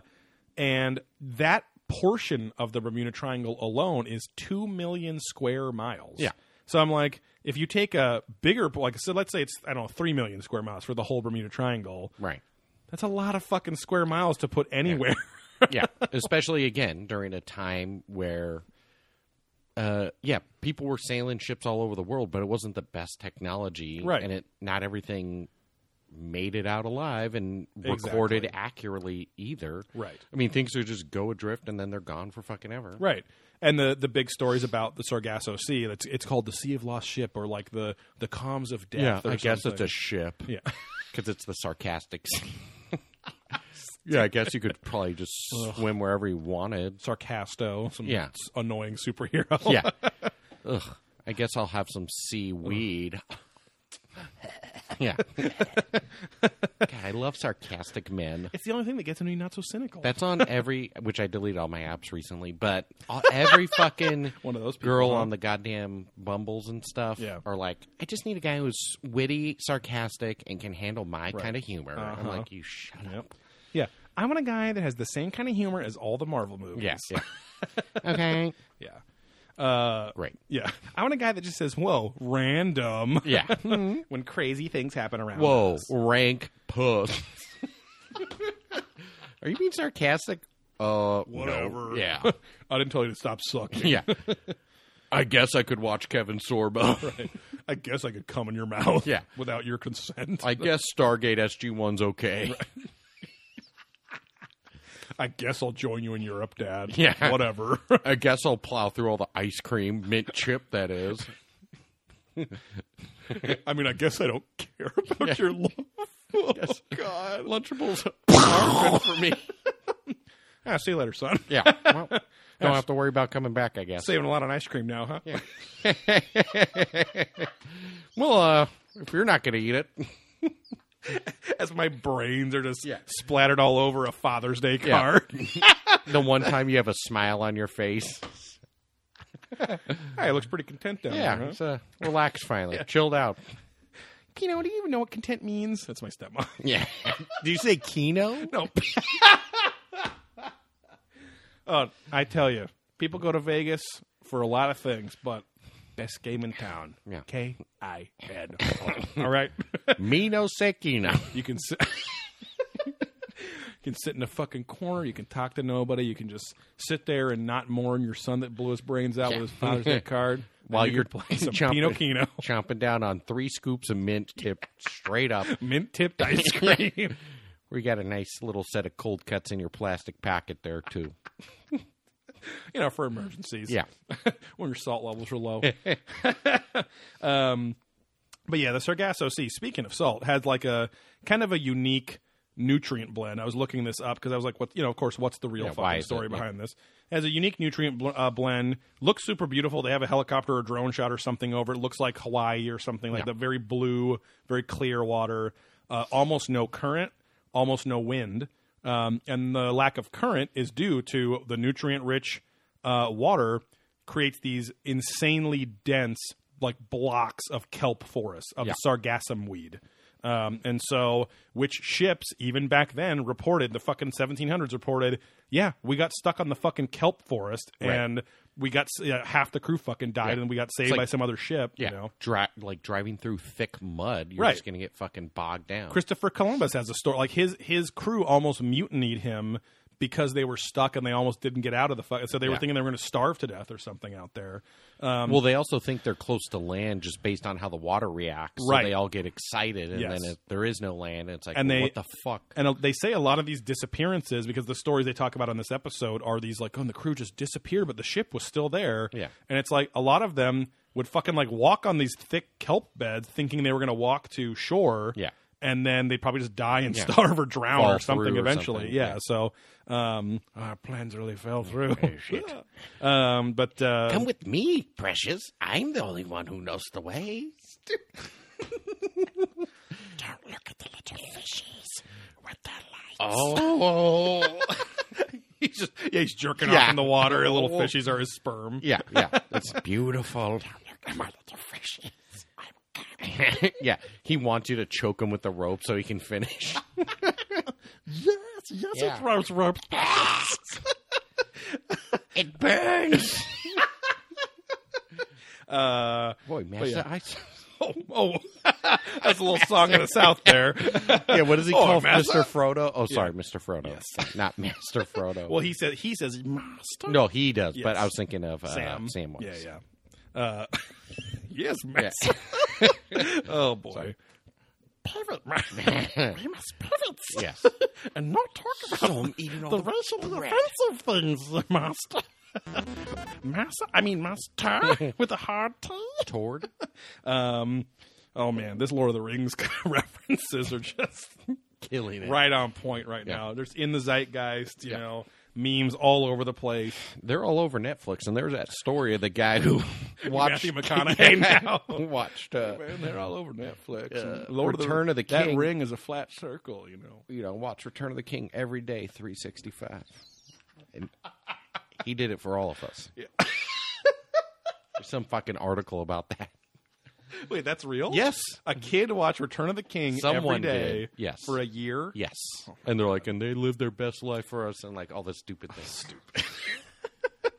and that portion of the Bermuda Triangle alone is two million square miles.
Yeah.
So I'm like, if you take a bigger, like, so let's say it's I don't know three million square miles for the whole Bermuda Triangle.
Right.
That's a lot of fucking square miles to put anywhere.
yeah especially again during a time where uh yeah people were sailing ships all over the world but it wasn't the best technology
Right.
and it not everything made it out alive and
Exactly.
recorded accurately either
Right.
i mean things would just go adrift and then they're gone for fucking ever
[LAUGHS] Right. And the the big stories about the Sargasso Sea. It's it's called the Sea of Lost Ship or like the the Calms of Death.
yeah
or
i guess it's
something.
a ship
yeah. [LAUGHS]
because it's the sarcastic [LAUGHS] yeah i guess you [LAUGHS] could probably just swim wherever you wanted
Sarcasto, some
Yeah.
s- annoying superhero. [LAUGHS]
yeah Ugh. i guess i'll have some
[LAUGHS]
seaweed yeah God, i love sarcastic men
It's the only thing that gets me not so cynical.
that's on every which i deleted all my apps recently but
[LAUGHS]
all- every fucking
One of those people,
girl
huh?
on the goddamn bumbles and stuff
Yeah.
are like i just need a guy who's witty sarcastic and can handle my kind of humor i'm
Uh-huh.
like you shut up
Yep. Yeah. I want a guy that has the same kind of humor as all the Marvel movies.
yes
[LAUGHS]
okay
Yeah. Uh,
great
yeah. I want a guy that just says, whoa, random. [LAUGHS]
yeah
when crazy things happen around
Whoa,
us.
rank puss. [LAUGHS] Are you being sarcastic? Uh, whatever. Yeah,
I didn't tell you to stop sucking.
yeah. [LAUGHS] I guess I could watch Kevin Sorbo.
I guess I could come in your mouth
Yeah.
[LAUGHS] without your consent.
I guess Stargate SG One's okay.
I guess I'll join you in Europe, Dad. [LAUGHS]
Yeah.
Whatever.
I guess I'll plow through all the ice cream, mint chip. That [LAUGHS] is.
I mean, I guess I don't care [LAUGHS] about your
[LAUGHS]
love. Oh, God.
Lunchables are good for me.
Ah, see you later, son.
[LAUGHS]
[LAUGHS]
Yeah. Well, don't have to worry about coming back. I guess.
Saving a lot on ice cream now, huh?
Well, uh, if you're not going to eat it,
As my brains are just
Yeah.
splattered all over a Father's Day
Yeah.
card.
the [LAUGHS] one time you have a smile on your face,
[LAUGHS] hey, it looks pretty content down
yeah,
there.
it's
Huh?
uh, relaxed finally, chilled out.
Kino, do you even know what content means? That's my stepmom.
[LAUGHS]
[LAUGHS]
Yeah. Do you say Kino?
no. [LAUGHS] oh, I tell you, people go to Vegas for a lot of things, but best game in town.
Yeah.
K I N. O. All right. [LAUGHS]
Me no se Kino.
You can sit. [LAUGHS] You can sit in a fucking corner. You can talk to nobody. You can just sit there and not mourn your son that blew his brains out with his father's Day card.
[LAUGHS] While
And you
you're
can play some
chomping-
Pinocchio Kino
[LAUGHS] Chomping down on three scoops of mint tip straight up.
mint tipped
[LAUGHS]
ice cream.
We got a nice little set of cold cuts in your plastic packet there, too.
you know, for emergencies.
Yeah.
[LAUGHS] when your salt levels are
[LAUGHS]
low. um, but yeah, the Sargasso Sea, speaking of salt, has like a kind of a unique nutrient blend. I was looking this up because I was like, what, you know, of course, what's the real
Yeah, why
fucking
is it?
story
Yeah.
behind this? It has a unique nutrient bl- uh, blend, looks super beautiful. They have a helicopter or drone shot or something over it. Looks like Hawaii or something like the very blue, very clear water, uh, almost no current, almost no wind. Um, and the lack of current is due to the nutrient rich uh, water creates these insanely dense like blocks of kelp forests of
Yeah.
sargassum weed. Um, and so, which ships even back then reported the fucking 1700s reported, yeah, we got stuck on the fucking kelp forest and we got yeah, half the crew fucking died
Right.
and we got saved
like-
by some other ship.
Yeah.
You know,
Dri- like driving through thick mud, you're
Right.
just going to get fucking bogged down.
Christopher Columbus has a story like his his crew almost mutinied him because they were stuck and they almost didn't get out of the fuck. So they were
Yeah.
thinking they were going to starve to death or something out there. Um,
well, they also think they're close to land just based on how the water reacts. So
Right.
They all get excited, and
Yes.
then if there is no land, it's like,
And
well,
they-
what the fuck?
[LAUGHS] and uh, they say a lot of these disappearances because the stories they talk about on this episode are these like, oh, and the crew just disappeared, but the ship was still there.
Yeah.
and it's like a lot of them would fucking like walk on these thick kelp beds, thinking they were going to walk to shore.
Yeah.
and then they'd probably just die and
Yeah.
starve or drown
Fall
or something
through or
eventually.
something,
Yeah,
yeah.
so um, our plans really fell through. um, but uh,
Come with me, precious. I'm the only one who knows the ways.
[LAUGHS]
Don't look at the little fishes with their lights.
[LAUGHS]
Oh.
he's just [LAUGHS] yeah, he's jerking
Yeah.
off in the water. and
[LAUGHS]
Little fishies are his sperm.
Yeah, yeah, it's beautiful.
My little fishes.
[LAUGHS] yeah, he wants you to choke him with the rope so he can
[LAUGHS]
finish.
Yes,
Yeah.
[LAUGHS]
throws rope.
It burns.
[LAUGHS] Uh,
Boy, man,
yeah.
I,
oh, oh. [LAUGHS] that's a little song of the south there. [LAUGHS]
yeah. What does he
Oh,
call
Master?
Mr. Frodo? Oh, sorry, Mr. Frodo, not
[LAUGHS]
Master Frodo.
well, he says he says master.
no, he does. But
Yes.
I was thinking of uh,
Sam.
Sam. Sam
Yeah,
Wise.
yeah. Uh, [LAUGHS] yes, master. [LAUGHS] oh boy. [LAUGHS] Pivot,
[LAUGHS]
master. we must pivot.
Yes.
and not talk about the racially offensive things, [LAUGHS] master. master, I
[LAUGHS]
mean master with a hard T.
Tord.
Um, oh man, this Lord of the Rings [LAUGHS] references are just
Killing it.
right on point right now. There's in the zeitgeist, you know, memes all over the place.
They're all over Netflix, and there's that story of the guy
[LAUGHS]
who watched [LAUGHS]
Matthew McConaughey now.
watched.
[LAUGHS]
Uh,
Man, they're all over Netflix.
Uh,
Lord
Return of the
that
King.
ring is a flat circle, you know.
you know, watch Return of the King every day, 365. And he did it for all of us. [LAUGHS] There's some fucking article about that.
Wait, that's real?
Yes.
A kid watched Return of the King
Someone
every day
did, yes.
for a year.
Yes. [LAUGHS] And they're like, and they lived their best life for us and like all this stupid
[LAUGHS]
thing. Stupid.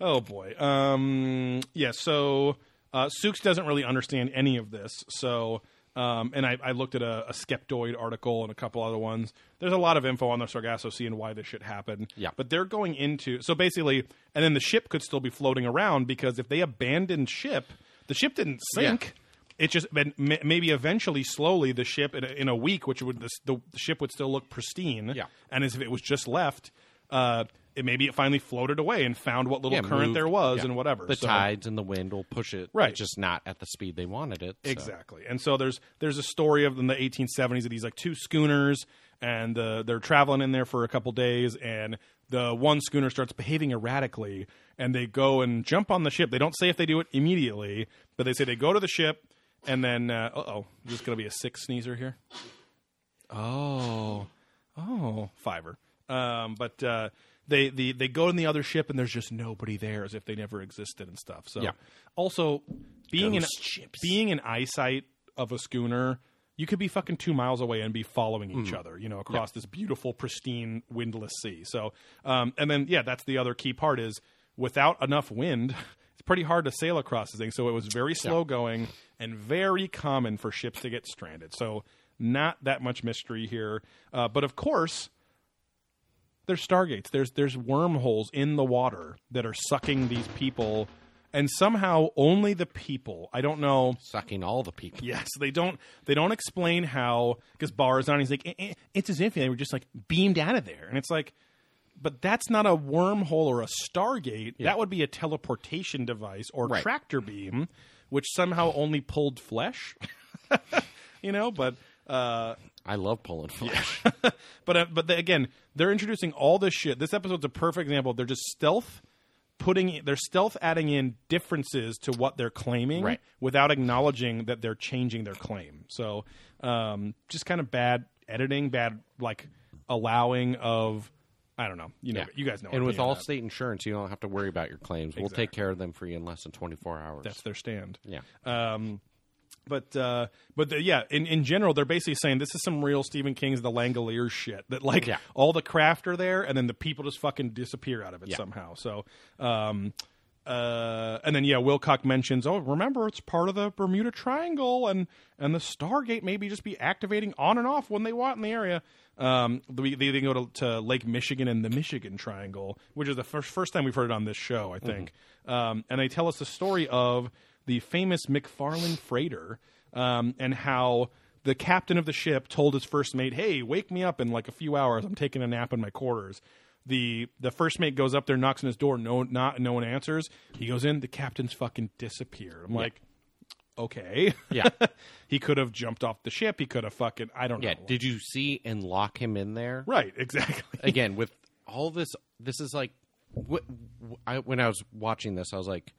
Oh boy. Um. Yeah. So uh, Sooks doesn't really understand any of this. So. Um, and I, I looked at a, a Skeptoid article and a couple other ones. There's a lot of info on the Sargasso Sea and why this shit happened.
Yeah.
But they're going into so basically, and then the ship could still be floating around because if they abandoned ship, the ship didn't sink. It just but ma- maybe eventually, slowly, the ship in a, in a week, which would the, the ship would still look pristine.
Yeah.
And as if it was just left, uh, it maybe it finally floated away and found what little current there was and whatever.
The
So-
tides and the wind will push it,
Right.
it's just not at the speed they wanted it. so.
Exactly. And so there's there's a story of in the 1870s of these like two schooners, and uh, they're traveling in there for a couple days, and the one schooner starts behaving erratically, and they go and jump on the ship. They don't say if they do it immediately, but they say they go to the ship, and then uh oh, is this gonna be a sick sneezer here? Oh, oh, fiver. Um, but uh, they the they go in the other ship, and there's just nobody there, as if they never existed and stuff. So
Yeah.
also being in being in eyesight of a schooner. You could be fucking two miles away and be following each other, you know, across this beautiful, pristine, windless sea. So, um, and then yeah, that's the other key part is without enough wind, [LAUGHS] it's pretty hard to sail across this thing. So it was very slow going and very common for ships to get stranded. So not that much mystery here, uh, but of course, there's stargates. There's there's wormholes in the water that are sucking these people, and somehow only the people. I don't know.
Sucking all the people.
Yes, they don't. They don't explain how because Barazani is like "Eh, eh, it's as if they were just like beamed out of there, and it's like, but that's not a wormhole or a Stargate. That would be a teleportation device or
Right.
tractor beam, which somehow only pulled flesh. [LAUGHS] you know, but. Uh,
I love pulling flesh.
but uh, but the, again, they're introducing all this shit. This episode's a perfect example. They're just stealth putting they're stealth adding in differences to what they're claiming
Right.
without acknowledging that they're changing their claim. So, um, just kind of bad editing, bad like allowing of I don't know. You know,
Yeah.
you guys know.
And
what I
with
mean.
all state insurance, you don't have to worry about your claims. We'll take care of them for you in less than 24 hours.
that's their stand.
yeah.
Um, but uh, but the, yeah, in, in general, they're basically saying this is some real Stephen King's The Langoliers shit. That like
Yeah.
all the craft are there, and then the people just fucking disappear out of it somehow. So um, Uh, and then yeah, Wilcock mentions, oh, remember it's part of the Bermuda Triangle, and and the Stargate maybe just be activating on and off when they want in the area. Um, we, they then go to, to Lake Michigan and the Michigan Triangle, which is the first first time we've heard it on this show, I think. Um, and they tell us the story of the famous McFarlane freighter um, and how the captain of the ship told his first mate, "Hey, wake me up in like a few hours. I'm taking a nap in my quarters." The the first mate goes up there, knocks on his door. No, not no one answers. He goes in. The captain's fucking disappeared. I'm like, okay,
Yeah.
[LAUGHS] he could have jumped off the ship. He could have fucking I don't
Yeah.
know.
Did you see and lock him in there?
right, [LAUGHS] exactly.
Again, with all this, this is like wh- wh- I, when I was watching this, I was like,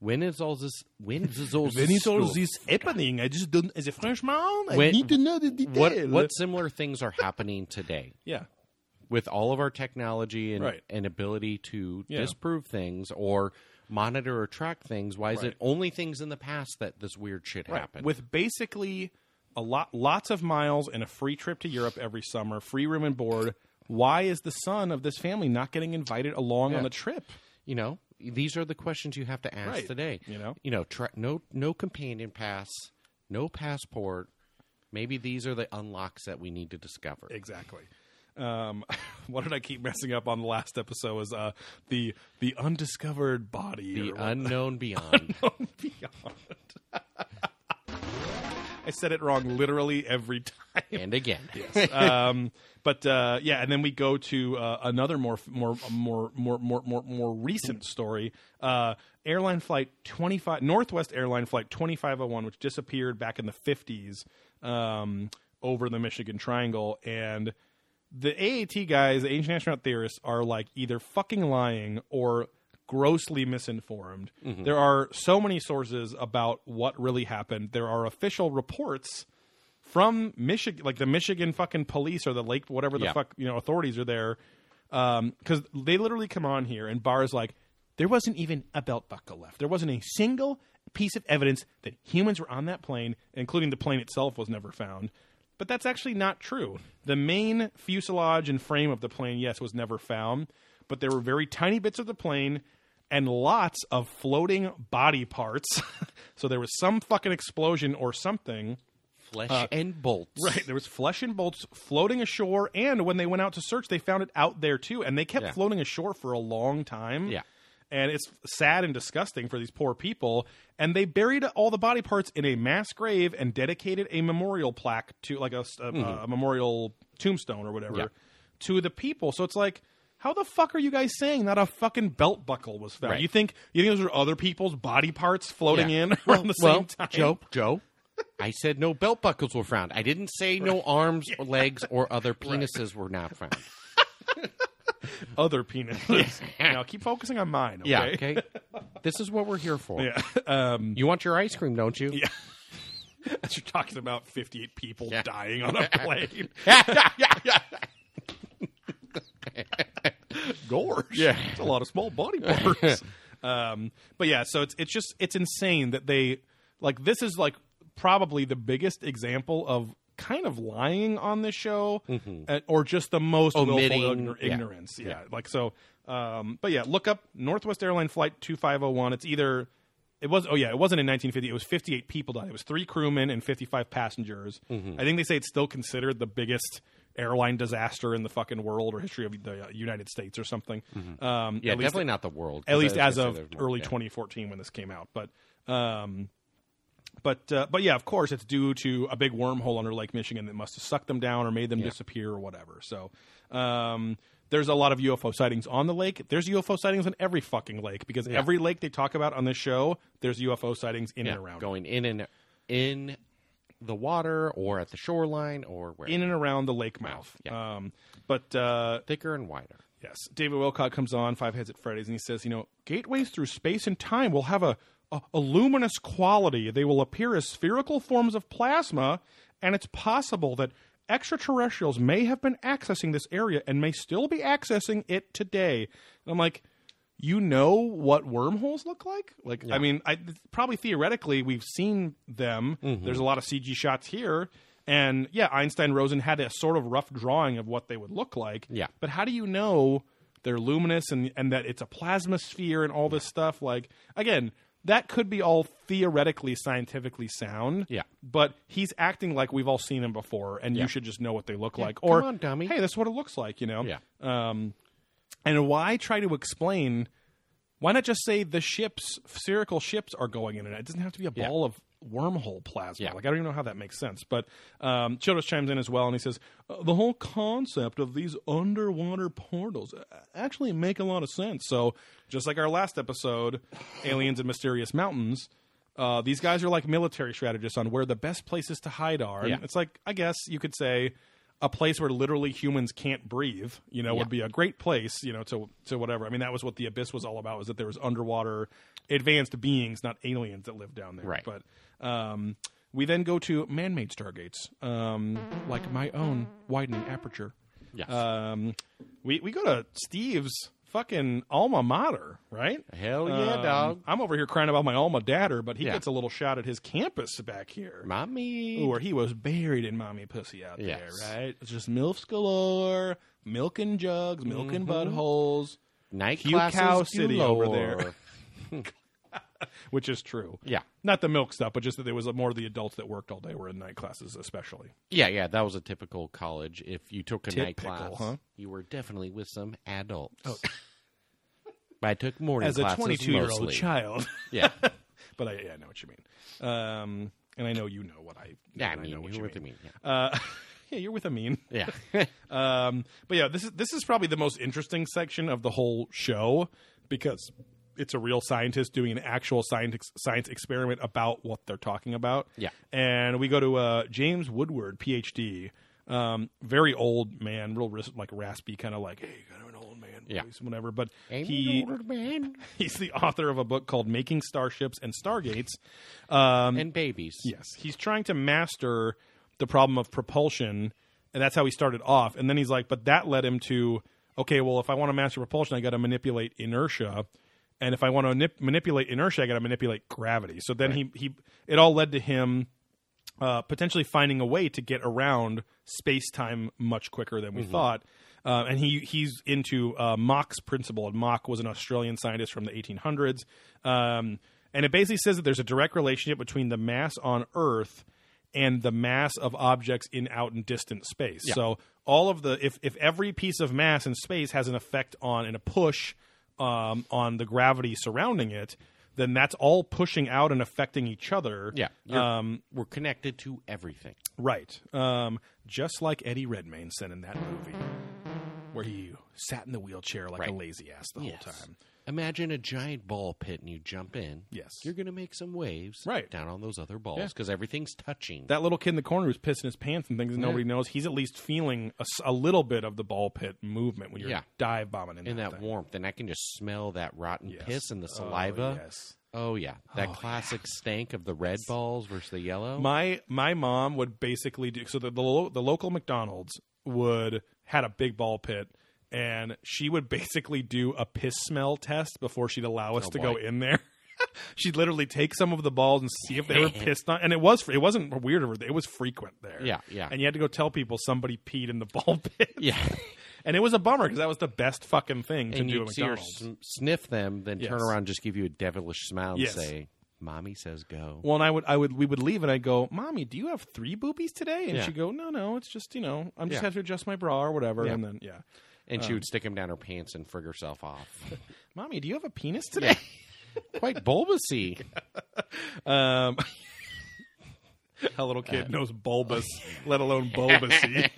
when is all this? When
[LAUGHS]
is this all
When is all
stuff?
this happening? I just don't. As a Frenchman, I
When-
need to know the
What
[LAUGHS] detail.
what similar things are happening today?
Yeah,
with all of our technology and,
Right.
and ability to
Yeah.
disprove things or monitor or track things, why is it only things in the past that this weird shit
Right.
happened?
With basically a lot, lots of miles and a free trip to Europe every summer, free room and board. Why is the son of this family not getting invited along on the trip?
you know, these are the questions you have to ask
Right.
today.
You know?
you know, tra- no no companion pass, no passport. Maybe these are the unlocks that we need to discover.
Exactly. Um, [LAUGHS] what did I keep messing up on the last episode? Was uh, the the undiscovered body? Oh
The
or what- [LAUGHS]
unknown beyond.
Oh, beyond. [LAUGHS] I said it wrong literally every [LAUGHS] time.
and again,
um, but uh, yeah, and then we go to uh, another more more more more more more more recent story. Uh, airline flight twenty five Northwest airline flight twenty five hundred one, which disappeared back in the fifties um, over the Michigan Triangle, and the AAT guys, the ancient astronaut theorists, are like either fucking lying or grossly misinformed. There are so many sources about what really happened. There are official reports from Michigan, like the Michigan fucking police or the lake, whatever the
Yeah.
fuck you know authorities are there, because they literally come on here and Barr is like, there wasn't even a belt buckle left. There wasn't a single piece of evidence that humans were on that plane, including the plane itself was never found. But that's actually not true. The main fuselage and frame of the plane, yes, was never found, but there were very tiny bits of the plane and lots of floating body parts. [LAUGHS] so there was some fucking explosion or something.
[LAUGHS] flesh and bolts.
Uh, Right. There was flesh and bolts floating ashore, and when they went out to search, they found it out there too, and they kept
Yeah.
floating ashore for a long time.
Yeah.
And it's sad and disgusting for these poor people. And they buried all the body parts in a mass grave and dedicated a memorial plaque to, like a, s- a- a memorial tombstone or whatever,
Mm-hmm. Yeah.
to the people. So it's like, how the fuck are you guys saying that a fucking belt buckle was found?
Right.
You think you think those are other people's body parts floating
Yeah.
in [LAUGHS] around the same
well,
time?
Joe,
[LAUGHS]
Joe, I said no belt buckles were found. I didn't say
[LAUGHS]
no arms, or legs, or other penises were not found.
other
[LAUGHS]
penises. now keep focusing on mine. Okay?
Yeah, okay. This is what we're here for.
Yeah. [LAUGHS] Um,
You want your ice cream, don't you?
Yeah. [LAUGHS] as you're talking about 58 people dying
[LAUGHS]
on a plane. [LAUGHS] Gorge. Yeah. That's a lot of small
[LAUGHS]
body parts. um, but yeah, so it's it's just it's insane that they like this is like probably the biggest example of kind of lying on this show uh, or just the most
Mm-hmm. Omitting-
willful ignor-
yeah.
ignorance. Yeah. Like so um, but yeah, look up Northwest Airline flight 2501. It's either it was oh yeah, it wasn't in 1950. It was 58 people died. It was 3 crewmen and 55 passengers.
Mm-hmm.
I think they say it's still considered the biggest airline disaster in the fucking world or history of the uh, United States or something. Um
Mm-hmm. Yeah,
at least
definitely not the world. 'cause
at least
I was
as
gonna
of
say there's more,
early
yeah.
2014 when this came out. But um, but uh, but yeah, of course, it's due to a big wormhole under Lake Michigan that must have sucked them down or made them disappear or whatever. So. Um, there's a lot of UFO sightings on the lake. There's UFO sightings on every fucking lake because every lake they talk about on this show, there's UFO sightings in
Yeah,
and around.
going in and in the water or at the shoreline or where
In and around the lake mouth.
Yeah.
Um, but uh,
thicker and wider.
Yes. David Wilcott comes on Five Heads at Freddy's and he says, you know, gateways through space and time will have a, a, a luminous quality. They will appear as spherical forms of plasma, and it's possible that extraterrestrials may have been accessing this area and may still be accessing it today. And I'm like, you know what wormholes look like? Like, I mean, I th- probably theoretically we've seen them. There's a lot of CG shots here, and yeah, Einstein Rosen had a sort of rough drawing of what they would look like.
Yeah.
but how do you know? they're luminous and and that it's a plasma sphere and all this stuff. Like again, that could be all theoretically scientifically sound.
Yeah.
But he's acting like we've all seen him before, and
Yeah.
you should just know what they look like.
come
Or
on, dummy.
hey, that's what it looks like. You know.
Yeah.
Um, and why try to explain? Why not just say the ships, spherical ships, are going in and out? It doesn't have to be a
Yeah.
ball of wormhole plasma.
Yeah.
Like I don't even know how that makes sense. But um, Childress chimes in as well, and he says "Uh, the whole concept of these underwater portals uh, actually make a lot of sense. So just like our last episode, [LAUGHS] aliens and mysterious mountains. Uh, these guys are like military strategists on where the best places to hide are. And
Yeah.
It's like I guess you could say a place where literally humans can't breathe, you know, would be a great place, you know, to to whatever. I mean, that was what the abyss was all about was that there was underwater advanced beings, not aliens that lived down there.
Right.
But um we then go to man-made stargates, um, like my own widening aperture.
Yes.
Um, we we go to Steve's fucking alma mater, right?
Hell yeah,
Um,
dog.
I'm over here crying about my alma dater, but he
Yeah.
gets a little shot at his campus back here.
Mommy.
Where he was buried in mommy pussy out
Yes.
there, right? It's just milfs galore, milk and jugs, milk and
Mm-hmm.
buttholes,
Night
Hugh
classes
Cow City over there.
galore.
which is true.
[LAUGHS] Yeah.
Not the milk stuff, but just that there was more of the adults that worked all day were in night classes, especially.
yeah, yeah. That was a typical college. If you took a night
Typical,
class,
huh? Oh.
you were definitely with some adults. [LAUGHS] I took morning
As a
classes
22 year old
mostly.
child. [LAUGHS]
Yeah.
but I, yeah, I know what you mean. Um, and I know you know what I,
Yeah, I
and
mean,
know what
you
you
were with
mean.
me.
Uh, yeah, you're with a mean.
Yeah. yeah.
Um, but yeah, this is this is probably the most interesting section of the whole show because it's a real scientist doing an actual science science experiment about what they're talking about.
Yeah.
and we go to uh, James Woodward, PhD, um, very old man, real ris- like raspy, kind of like hey, kind of an old man
Yeah.
voice, whatever. But
I'm
he
an older man.
[LAUGHS] he's the author of a book called "Making Starships and Stargates." Um,
And babies.
Yes, he's trying to master the problem of propulsion, and that's how he started off. And then he's like, but that led him to okay, well, if I want to master propulsion, I got to manipulate inertia, and if I want to nip- manipulate inertia, I got to manipulate gravity. So then he he it all led to him uh, potentially finding a way to get around space time much quicker than we thought. Uh, and he he's into uh, Mach's principle, and Mach was an Australian scientist from the 1800s. Um, and it basically says that there's a direct relationship between the mass on Earth and the mass of objects in out and distant space. So all of the if if every piece of mass in space has an effect on and a push um, on the gravity surrounding it, then that's all pushing out and affecting each other.
Yeah. You're-
Um,
we're connected to everything.
Right. Um, just like Eddie Redmayne said in that movie, where he sat in the wheelchair like a
Right.
lazy ass the whole time.
Imagine a giant ball pit and you jump in.
Yes.
You're going to make some waves
Right.
down on those other balls because everything's touching.
That little kid in the corner who's pissing his pants and things and nobody knows, he's at least feeling a, s- a little bit of the ball pit movement when you're
Yeah.
dive bombing in,
and that
thing.
warmth. And I can just smell that rotten
Yes.
piss and the
Oh,
saliva.
yes.
Oh, yeah. That classic stank of the red balls versus the yellow.
My my mom would basically do so. The the, lo- the local McDonald's would had a big ball pit, and she would basically do a piss smell test before she'd allow us
Oh,
to
boy.
go in there. [LAUGHS] she'd literally take some of the balls and see if they
[LAUGHS]
were pissed on, and it was it wasn't weird or it was frequent there.
Yeah, yeah.
And you had to go tell people somebody peed in the [LAUGHS] ball pit.
[LAUGHS]
[LAUGHS]
yeah.
and it was a bummer because that was the best fucking thing to
and
do
you
at
see her
McDonald's.
sm- sniff them, then turn
Yes.
around, and just give you a devilish smile and
Yes.
say, Mommy says go.
Well, and I would, I would, we would leave, and I would go, "Mommy, do you have three boobies today?" And
Yeah.
she'd go, "No, no, it's just you know, I'm just
Yeah.
have to adjust my bra or whatever."
Yeah.
And then, yeah,
and
um,
she would stick him down her pants and frig herself off.
[LAUGHS] "Mommy, do you have a penis today?"
Quite [LAUGHS] bulbousy.
Um, [LAUGHS] a little kid [LAUGHS] knows bulbous, let [LAUGHS] alone bulbousy.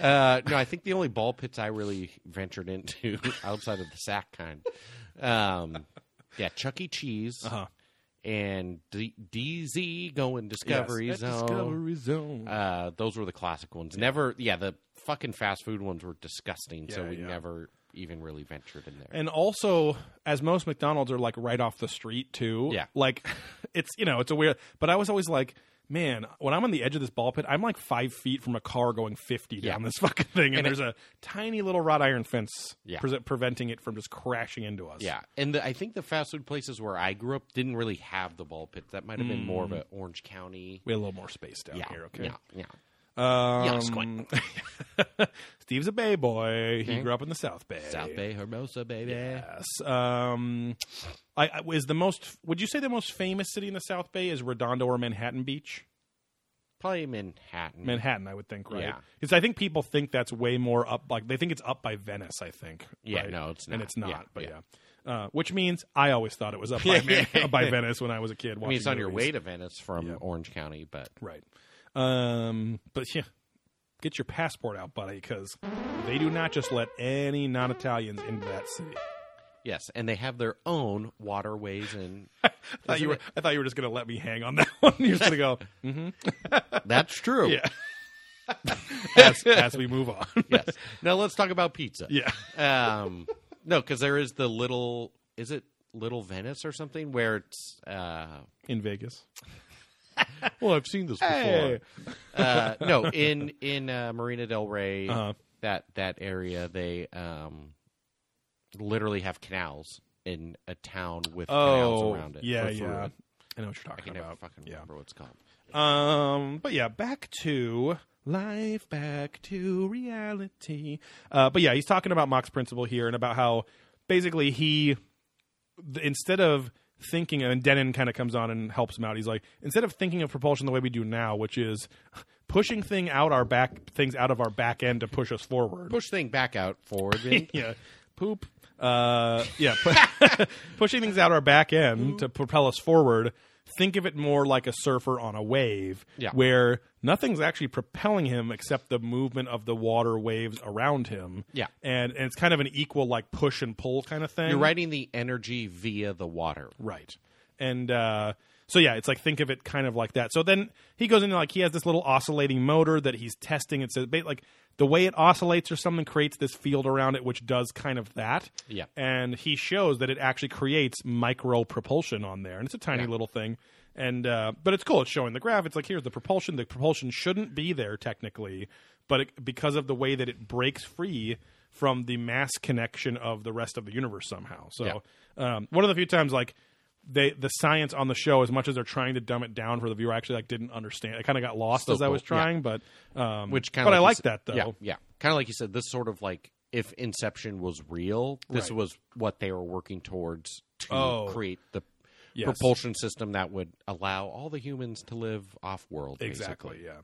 Uh, no, I think the only ball pits I really ventured into [LAUGHS] outside of the sack kind. Um, yeah, Chuck E. Cheese
Uh-huh.
and D- DZ going Discovery
Yes.
Zone.
Discovery Zone.
Uh, those were the classic ones. Never, yeah, the fucking fast food ones were disgusting, so
Yeah,
we
yeah.
never even really ventured in there.
and also, as most McDonald's are like right off the street too.
Yeah.
like [LAUGHS] it's you know it's a weird. But I was always like. Man, when I'm on the edge of this ball pit, I'm like five feet from a car going 50
Yeah.
down this [LAUGHS] fucking thing, and, there's a tiny little wrought iron fence
Yeah.
pre- preventing it from just crashing into us.
yeah, and the, I think the fast food places where I grew up didn't really have the ball pits. That might have been more of an Orange County.
we had a little more space Mm. down
Yeah,
here. Okay,
yeah, yeah.
Um,
Yeah, it's quite-
[LAUGHS] Steve's a Bay boy. He grew up in the South Bay.
Mm-hmm. South Bay, Hermosa, baby.
Yes. Um, I, I is the most. Would you say the most famous city in the South Bay is Redondo or Manhattan Beach?
Probably Manhattan.
Manhattan, I would think, right?
Yeah.
Because I think people think that's way more up. Like they think it's up by Venice. I think.
Yeah,
right?
no, it's
and
not.
it's not.
Yeah,
but
yeah.
yeah, Uh, which means I always thought it was up
[LAUGHS]
by, Man- up by Venice when I was a kid.
I mean, it's on your way
weight,
to Venice from Orange County, but
right? Um, but yeah, get your passport out, buddy, because they do not just let any non-Italians into that city.
yes, and they have their own
[LAUGHS]
waterways and
I thought you were. I thought you were just going to let me hang on that [LAUGHS] one. You're just going to go
that's true.
Yeah. as,
[LAUGHS]
as we move on. [LAUGHS]
yes. Now let's talk about pizza.
Yeah.
Um, no, because there is the little. Is it Little Venice or something? Where it's. Uh,
In
[LAUGHS]
Vegas.
well, I've seen this before.
Hey.
Uh, no, in in uh, Marina Del Rey,
Uh-huh.
that that area, they um, literally have canals in a town with canals around it.
Oh, yeah,
or through
yeah.
it.
I know what you're
I
talking
can never
about.
fucking
yeah.
remember what it's called.
Um, but yeah, back to life, back to reality. Uh, but yeah, he's talking about Mock's principle here and about how basically he, th- instead of thinking, and Denon kind of comes on and helps him out. He's like, instead of thinking of propulsion the way we do now, which is pushing thing out our back, things out of our back end to push us forward.
Push thing back out forward. Vin.
[LAUGHS] yeah, poop. Uh, yeah, pu- [LAUGHS] pushing things out our back end to propel us forward. Think of it more like a surfer on a wave,
Yeah.
where nothing's actually propelling him except the movement of the water waves around him.
Yeah.
and, and it's kind of an equal like push and pull kind of thing.
You're writing the energy via the water.
Right. And uh, so yeah, it's like think of it kind of like that. So then he goes into like he has this little oscillating motor that he's testing. It says ba- like the way it oscillates or something creates this field around it, which does kind of that.
Yeah.
And he shows that it actually creates micro propulsion on there, and it's a tiny
Yeah.
little thing. And uh, but it's cool. It's showing the graph. It's like here's the propulsion. The propulsion shouldn't be there technically, but it, because of the way that it breaks free from the mass connection of the rest of the universe somehow. So
Yeah.
um, one of the few times like they the science on the show as much as they're trying to dumb it down for the viewer I actually like didn't understand i kind of got lost
Still
as i was
cool, yeah.
trying but um
Which kind
but
of
i
you
like
said-
that though
Yeah, yeah. Kind of like you said, this sort of like if Inception was real, this
Right.
was what they were working towards to
Oh.
create the
Yes.
propulsion system that would allow all the humans to live off world.
exactly yeah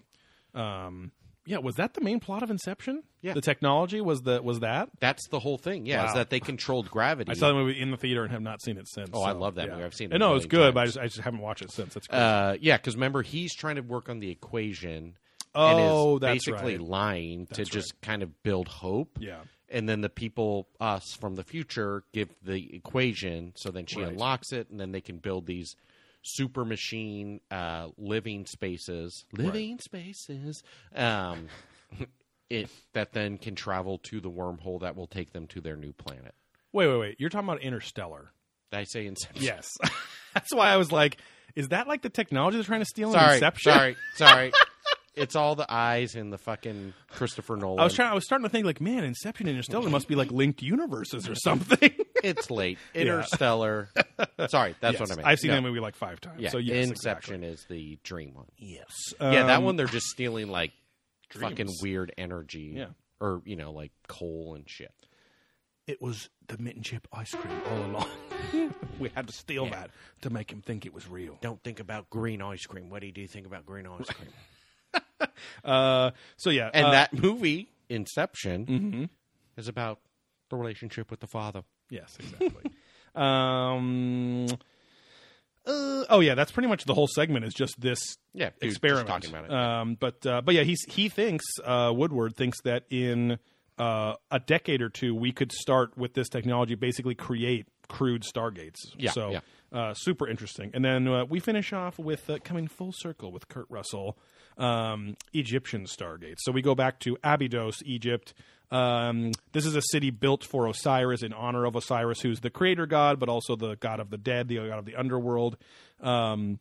um yeah was that the main plot of inception
Yeah.
the technology was the was that
That's the whole thing. Yeah, is
Wow.
that they controlled
[LAUGHS]
gravity.
I saw the movie in the theater and have not seen it since.
Oh, I
so,
love that
yeah.
movie. I've seen
I
it
know
a
it's
million
good, but I
times.
just, I just haven't watched it since. It's great.
uh, yeah, because remember he's trying to work on the equation.
Oh,
and is
that's
basically
right.
lying to just kind of build hope.
Yeah.
and then the people us from the future give the equation, so then she unlocks it, and then they can build these super machine uh, living spaces, living spaces. Um, [LAUGHS] it that then can travel to the wormhole that will take them to their new planet.
wait, wait, wait. You're talking about Interstellar.
Did I say Inception?
Yes, [LAUGHS] that's why I was like, is that like the technology they're trying to steal in
Sorry,
Oh, Inception?
sorry,
[LAUGHS]
sorry. It's all the eyes and the fucking Christopher Nolan.
I was trying. I was starting to think like, man, Inception and Interstellar must be like linked universes
[LAUGHS]
or something.
It's
[LAUGHS]
late. Interstellar. sorry, that's what I meant.
have seen
No,
that movie like five times.
Yeah,
so yes, Um,
Inception is the dream one.
Yes.
yeah, that one they're just stealing like fucking
dreams.
weird energy.
Yeah.
Or you know, like coal and shit.
It was the mitten chip ice cream all along. [LAUGHS] we had to steal that to make him think it was real.
Don't think about green ice cream. What do you do think about green ice cream?
Uh, so yeah,
And
uh, Mm-hmm.
that movie, Inception, is about the relationship with the father.
Yes, exactly. [LAUGHS] um, uh, oh yeah, that's pretty much the whole segment is just this
Yeah, dude, just
experiment
talking about it.
Um, but uh, but yeah, he's he thinks uh, Woodward thinks that in uh, a decade or two we could start with this technology, basically create crude stargates.
Yeah,
so.
yeah.
Uh, super interesting, and then uh, we finish off with uh, coming full circle with Kurt Russell, um, Egyptian stargates. So we go back to Abydos, Egypt. Um, this is a city built for Osiris in honor of Osiris, who's the creator god, but also the god of the dead, the god of the underworld. Um,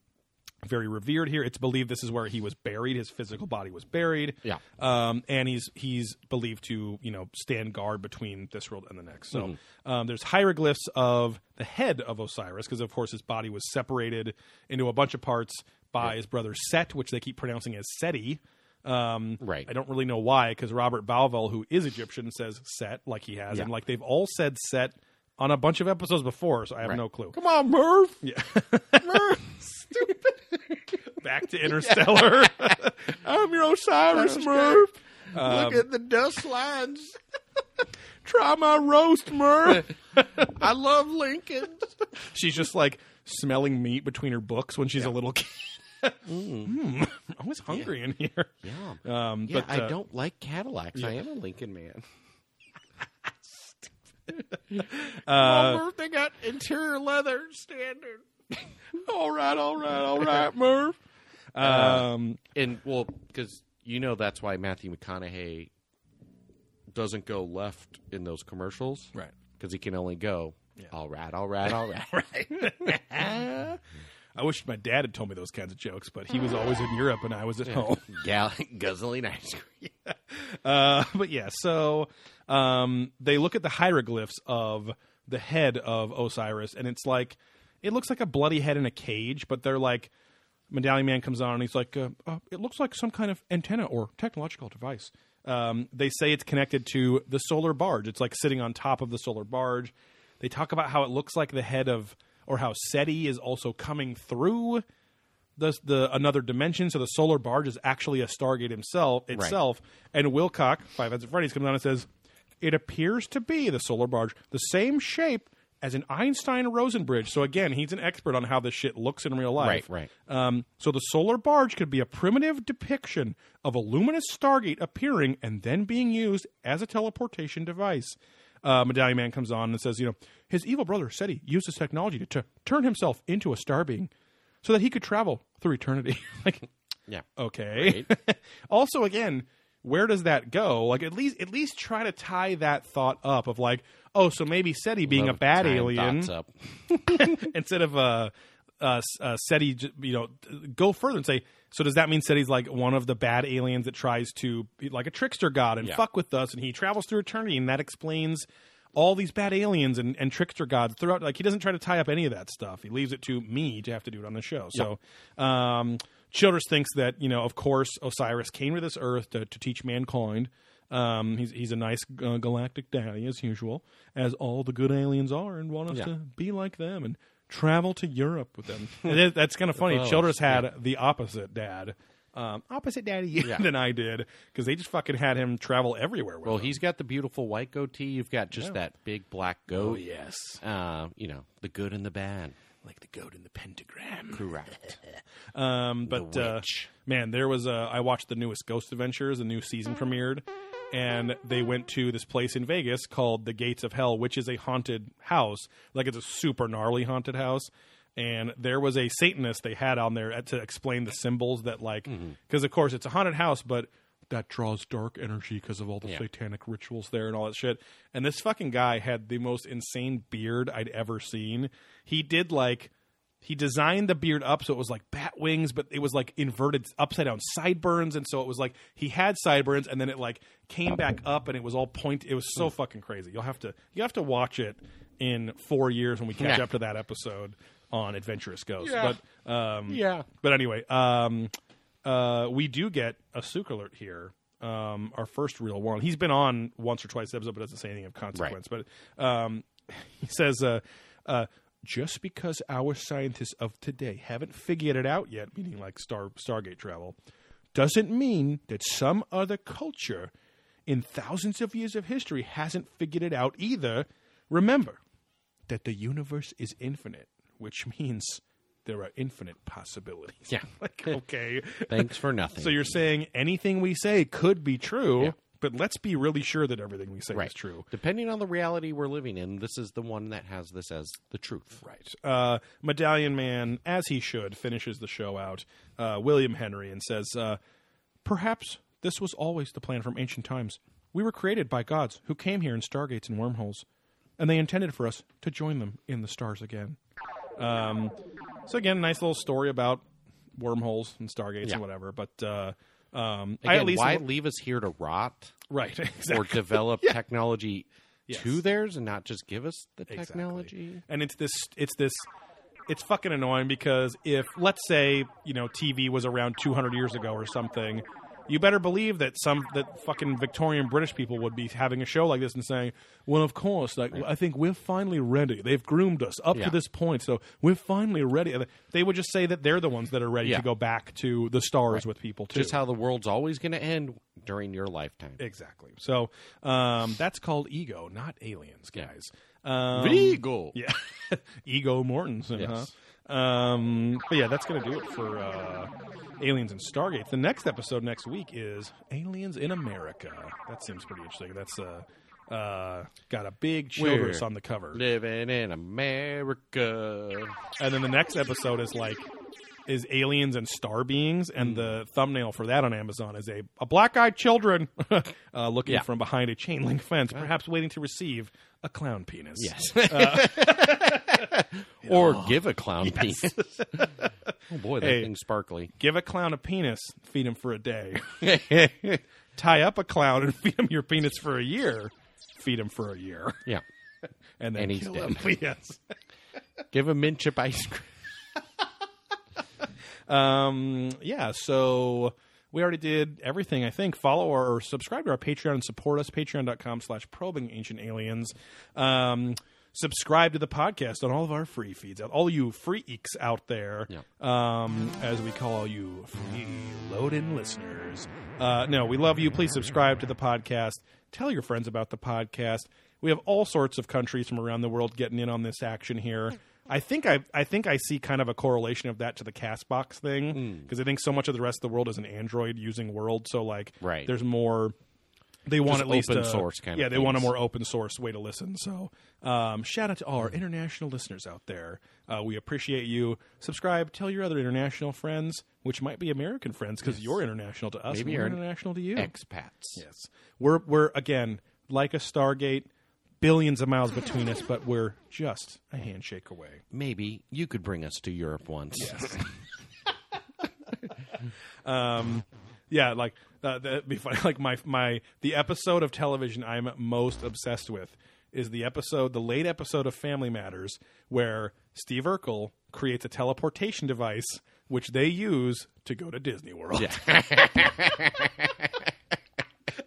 very revered here. It's believed this is where he was buried. His physical body was buried.
Yeah.
Um, and he's he's believed to you know stand guard between this world and the next. So um, there's hieroglyphs of the head of Osiris because of course his body was separated into a bunch of parts by his brother Set, which they keep pronouncing as Seti. Um,
Right.
I don't really know why, because Robert Balvel, who is Egyptian, says set like he has, and like they've all said set on a bunch of episodes before, so I have no clue.
Come on, Merv.
Yeah. [LAUGHS] Back to Interstellar. [LAUGHS]
I'm your Osiris, Merv. Look
Um,
at the dust lines. [LAUGHS]
Try my roast, Merv.
I love Lincoln.
she's just like smelling meat between her books when she's a little kid. [LAUGHS] Mm, I'm always hungry in here.
Yeah.
Um,
yeah,
but
I
uh,
don't like Cadillacs. I am a Lincoln man. [LAUGHS]
uh,
Merv, they got interior leather standard.
[LAUGHS] all right, all right, all right, Merv. Um,
And well, because you know that's why Matthew McConaughey doesn't go left in those commercials,
Right.
Because he can only go all right, all right, all
[LAUGHS]
right.
I wish my dad had told me those kinds of jokes, but he was
Mm.
always in Europe and I was at home.
Gal- [LAUGHS] guzzling ice cream.
Uh, [LAUGHS] but yeah, so um, they look at the hieroglyphs of the head of Osiris, and it's like it looks like a bloody head in a cage. But they're like, Medallion Man comes on, and he's like, uh, uh, it looks like some kind of antenna or technological device. Um, they say it's connected to the solar barge. It's like sitting on top of the solar barge. They talk about how it looks like the head of, or how SETI is also coming through the the another dimension. So the solar barge is actually a Stargate himself itself. And Wilcock, Five Nights at Freddy's, comes on and says, "It appears to be the solar barge, the same shape as an Einstein Rosenbridge." So again, he's an expert on how this shit looks in real life.
Right,
Um, so the solar barge could be a primitive depiction of a luminous Stargate appearing and then being used as a teleportation device. Uh, Medallion Man comes on and says, you know, his evil brother SETI used this technology to t- turn himself into a star being so that he could travel through eternity. [LAUGHS] like,
Yeah.
okay. [LAUGHS] also, again, where does that go? Like, at least at least try to tie that thought up of like, oh, so maybe SETI being a
Love
bad
tying
alien
thoughts up.
[LAUGHS] instead of uh, uh, uh, SETI, j- you know, t- go further and say, so does that mean SETI's like one of the bad aliens that tries to be like a trickster god and
Yeah.
fuck with us, and he travels through eternity, and that explains all these bad aliens and, and trickster gods throughout. Like he doesn't try to tie up any of that stuff. He leaves it to me to have to do it on the show. So. Um, Childress thinks that you know, of course, Osiris came to this earth to, to teach mankind. Um, he's he's a nice uh, galactic daddy as usual, as all the good aliens are, and want us
Yeah.
to be like them and travel to Europe
[LAUGHS]
with them. And that- that's kind of funny. Childress had the opposite dad, um, opposite daddy [LAUGHS] than I did, because they just fucking had him travel everywhere. With
Well,
them.
he's got the beautiful white goatee. You've got just that big black goat.
yes,
Uh, you know, the good and the bad.
like the goat in the pentagram.
Correct.
Um, but
The
uh,
witch.
man, there was a. I watched the newest Ghost Adventures. The new season premiered, and they went to this place in Vegas called the Gates of Hell, which is a haunted house. Like it's a super gnarly haunted house. And there was a Satanist they had on there at- to explain the symbols that, like, because
Mm-hmm.
of course it's a haunted house, but that draws dark energy because of all the satanic rituals there and all that shit. And this fucking guy had the most insane beard I'd ever seen. He did like he designed the beard up so it was like bat wings, but it was like inverted upside down sideburns, and so it was like he had sideburns and then it like came back up and it was all point. It was so
Hmm.
fucking crazy. You'll have to you have to watch it in four years when we catch
Yeah.
up to that episode on Adventurous Ghosts.
Yeah.
But um,
Yeah.
But anyway, um, uh, we do get a Sook alert here. Um, our first real one. He's been on once or twice episode, but doesn't say anything of consequence. But um, he says, uh, uh, just because our scientists of today haven't figured it out yet, meaning like Star Stargate travel, doesn't mean that some other culture in thousands of years of history hasn't figured it out either. Remember that the universe is infinite, which means there are infinite possibilities.
[LAUGHS] Yeah.
[LAUGHS] like okay.
Thanks for nothing.
So you're saying anything we say could be true, but let's be really sure that everything we say
right.
is true.
Depending on the reality we're living in, this is the one that has this as the truth.
Right. Uh, Medallion Man, as he should, finishes the show out. Uh, William Henry and says, uh, "Perhaps this was always the plan from ancient times. We were created by gods who came here in stargates and wormholes, and they intended for us to join them in the stars again." Um, so again, nice little story about wormholes and stargates
Yeah.
and whatever. But uh, um, I
Again,
at least
why leave us here to rot
right [LAUGHS]
or
exactly. [LAUGHS]
develop technology to theirs and not just give us the
Exactly.
technology?
And it's this it's this it's fucking annoying because if let's say, you know, TV was around 200 years ago or something You better believe that some that fucking Victorian British people would be having a show like this and saying, "Well, of course, like I think we're finally ready. They've groomed us up
Yeah.
to this point, so we're finally ready." And They would just say that they're the ones that are ready
Yeah.
to go back to the stars with people too.
Just how the world's always going to end during your lifetime.
exactly. So um, that's called ego, not aliens,
Yeah.
guys. Um,
Regal.
Yeah. [LAUGHS] Ego Mortensen,
Yes.
huh? Um, but yeah, that's going to do it for uh, Aliens and Stargate. The next episode next week is Aliens in America. That seems pretty interesting. That's uh, uh, got a big Childress
We're
on the cover.
Living in America.
And then the next episode is like is aliens and star beings, and the
Mm.
thumbnail for that on Amazon is a, a black-eyed children [LAUGHS] uh, looking
Yeah.
from behind a chain link fence, perhaps waiting to receive a clown penis.
[LAUGHS] Yes. Uh,
[LAUGHS]
or give a clown penis.
[LAUGHS]
oh boy, that
Oh, Hey.
thing's sparkly.
Give a clown a penis, feed him for a day. [LAUGHS] Tie up a clown and [LAUGHS] feed him your penis for a year. Feed him for a year,
Yeah.
and then
And he's
kill
dead.
him. [LAUGHS] yes.
Give a mint chip ice
[LAUGHS]
cream.
Um, yeah. So we already did everything. I think follow or, or subscribe to our Patreon and support us. Patreon.com/slash Probing Ancient Aliens. Um, subscribe to the podcast on all of our free feeds. All you freaks out there,
Yeah.
um, as we call you, freeloading listeners. Uh, no, we love you. Please subscribe to the podcast. Tell your friends about the podcast. We have all sorts of countries from around the world getting in on this action here. I think I, I think I see kind of a correlation of that to the Castbox
Hmm.
thing because I think so much of the rest of the world is an Android using world. So like,
Right.
there's more. They want
Just
at least
open
a-
source kind of
Yeah, they want a
things.
more open source way to listen. So, um, shout out to
Hmm.
all our international listeners out there. Uh, we appreciate you. Subscribe. Tell your other international friends, which might be American friends, because you're international to us.
Maybe
and we're
you're an
international to you.
Expats.
Yes. We're we're again like a Stargate, billions of miles between us, but we're just a handshake away.
Maybe you could bring us to Europe once.
[LAUGHS] Yeah, like uh, that'd be funny. [LAUGHS] Like my my the episode of television I'm most obsessed with is the episode, the late episode of Family Matters, where Steve Urkel creates a teleportation device which they use to go to Disney World. [LAUGHS]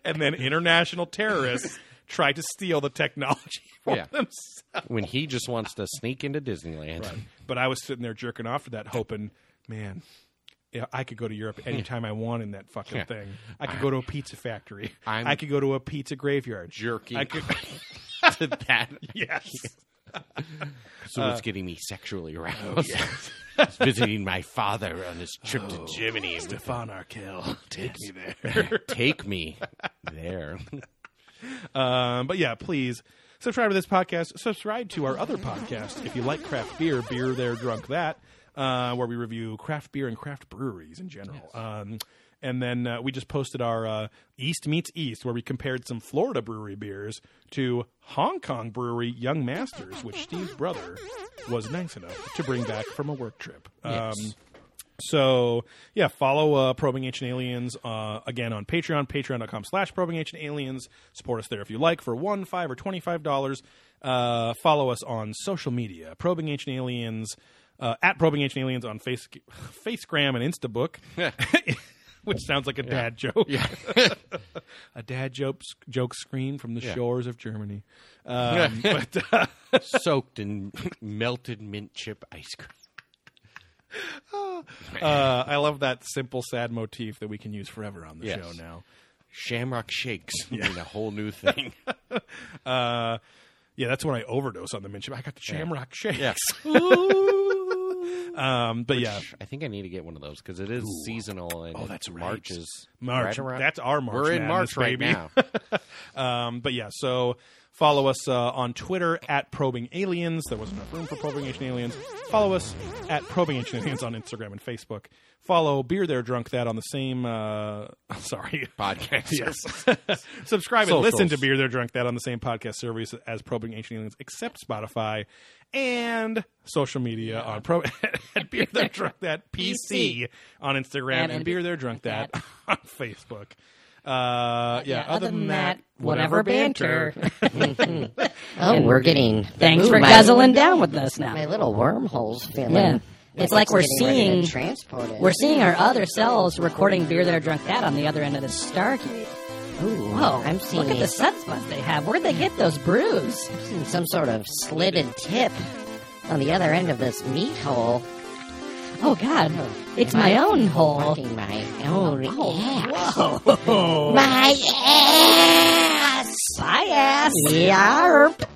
and then international terrorists try to steal the technology for
[LAUGHS] Yeah.
themselves.
When he just wants to sneak into Disneyland.
But I was sitting there jerking off to that, hoping, man, yeah, I could go to Europe anytime I want in that fucking
Hmm. Yeah.
thing. I could go to a pizza factory.
I'm
I could go to a pizza graveyard.
jerking
I could,
[LAUGHS] to that.
[LAUGHS] yes.
So it's getting me sexually
Oh,
aroused. [LAUGHS] It's visiting my father on his trip to Germany.
Oh. Stefan Arkell, take me there.
[LAUGHS] Take me there.
Um, but yeah, please subscribe to this podcast. Subscribe to our other podcast if you like craft beer, Beer There, Drunk That, uh, where we review craft beer and craft breweries in general. Um, and then uh, we just posted our uh, East Meets East, where we compared some Florida brewery beers to Hong Kong brewery Young Masters, which Steve's brother was nice enough to bring back from a work trip. Um, so yeah, follow uh, Probing Ancient Aliens uh, again on Patreon, patreon.com slash probing ancient aliens. Support us there if you like for one, five, or twenty-five dollars. Uh, follow us on social media, probing ancient aliens, uh, at probing ancient aliens on face Facegram and Instabook. [LAUGHS] Which sounds like a dad joke. [LAUGHS] a dad joke joke screen from the shores of Germany. Um, but uh,
Soaked in [LAUGHS] melted mint chip ice cream.
uh, I love that simple sad motif that we can use forever on the
Yes.
show now.
Shamrock shakes. I mean, a whole new thing.
Uh, yeah, that's when I overdose on the mint chip. I got the shamrock shakes.
Yeah.
[LAUGHS] Um, but [LAUGHS] yeah,
I think I need to get one of those because it is seasonal and
Oh, that's right.
March is right
March.
around-
That's our March.
We're in
Madness,
March right
baby. [LAUGHS]
now.
Um, but yeah, so follow us uh, on Twitter at Probing Aliens. There wasn't enough room for Probing Ancient Aliens. Follow us at Probing Ancient Aliens on Instagram and Facebook. Follow Beer There Drunk That on the same. Uh, [LAUGHS] sorry.
Podcast.
Yes. [LAUGHS] Subscribe and
Socials.
listen to Beer There Drunk That on the same podcast service as Probing Ancient Aliens, except Spotify and social media on Pro [LAUGHS] at Beer [LAUGHS] There Drunk That PC on Instagram and,
And- and-
Beer There Drunk That [LAUGHS] on Facebook. Uh, yeah, Other than that,
whatever banter.
Oh, we're getting.
Thanks
Ooh,
for
my-
guzzling down with us now.
My little wormholes feeling.
Yeah. It's like we're
getting ready to
seeing
transport it.
we're seeing our other selves recording beer there drunk that on the other end of the Stargate.
Ooh,
Whoa,
I'm seeing,
look at
a-
the sunspots they have. Where'd they get those brews?
I'm seeing some sort of slitted tip on the other end of this meat hole.
Oh God, it's
Am
my
I
own hole.
Fucking my own ass.
Oh, [LAUGHS] Whoa,
My ass!
my ass.
Yarp!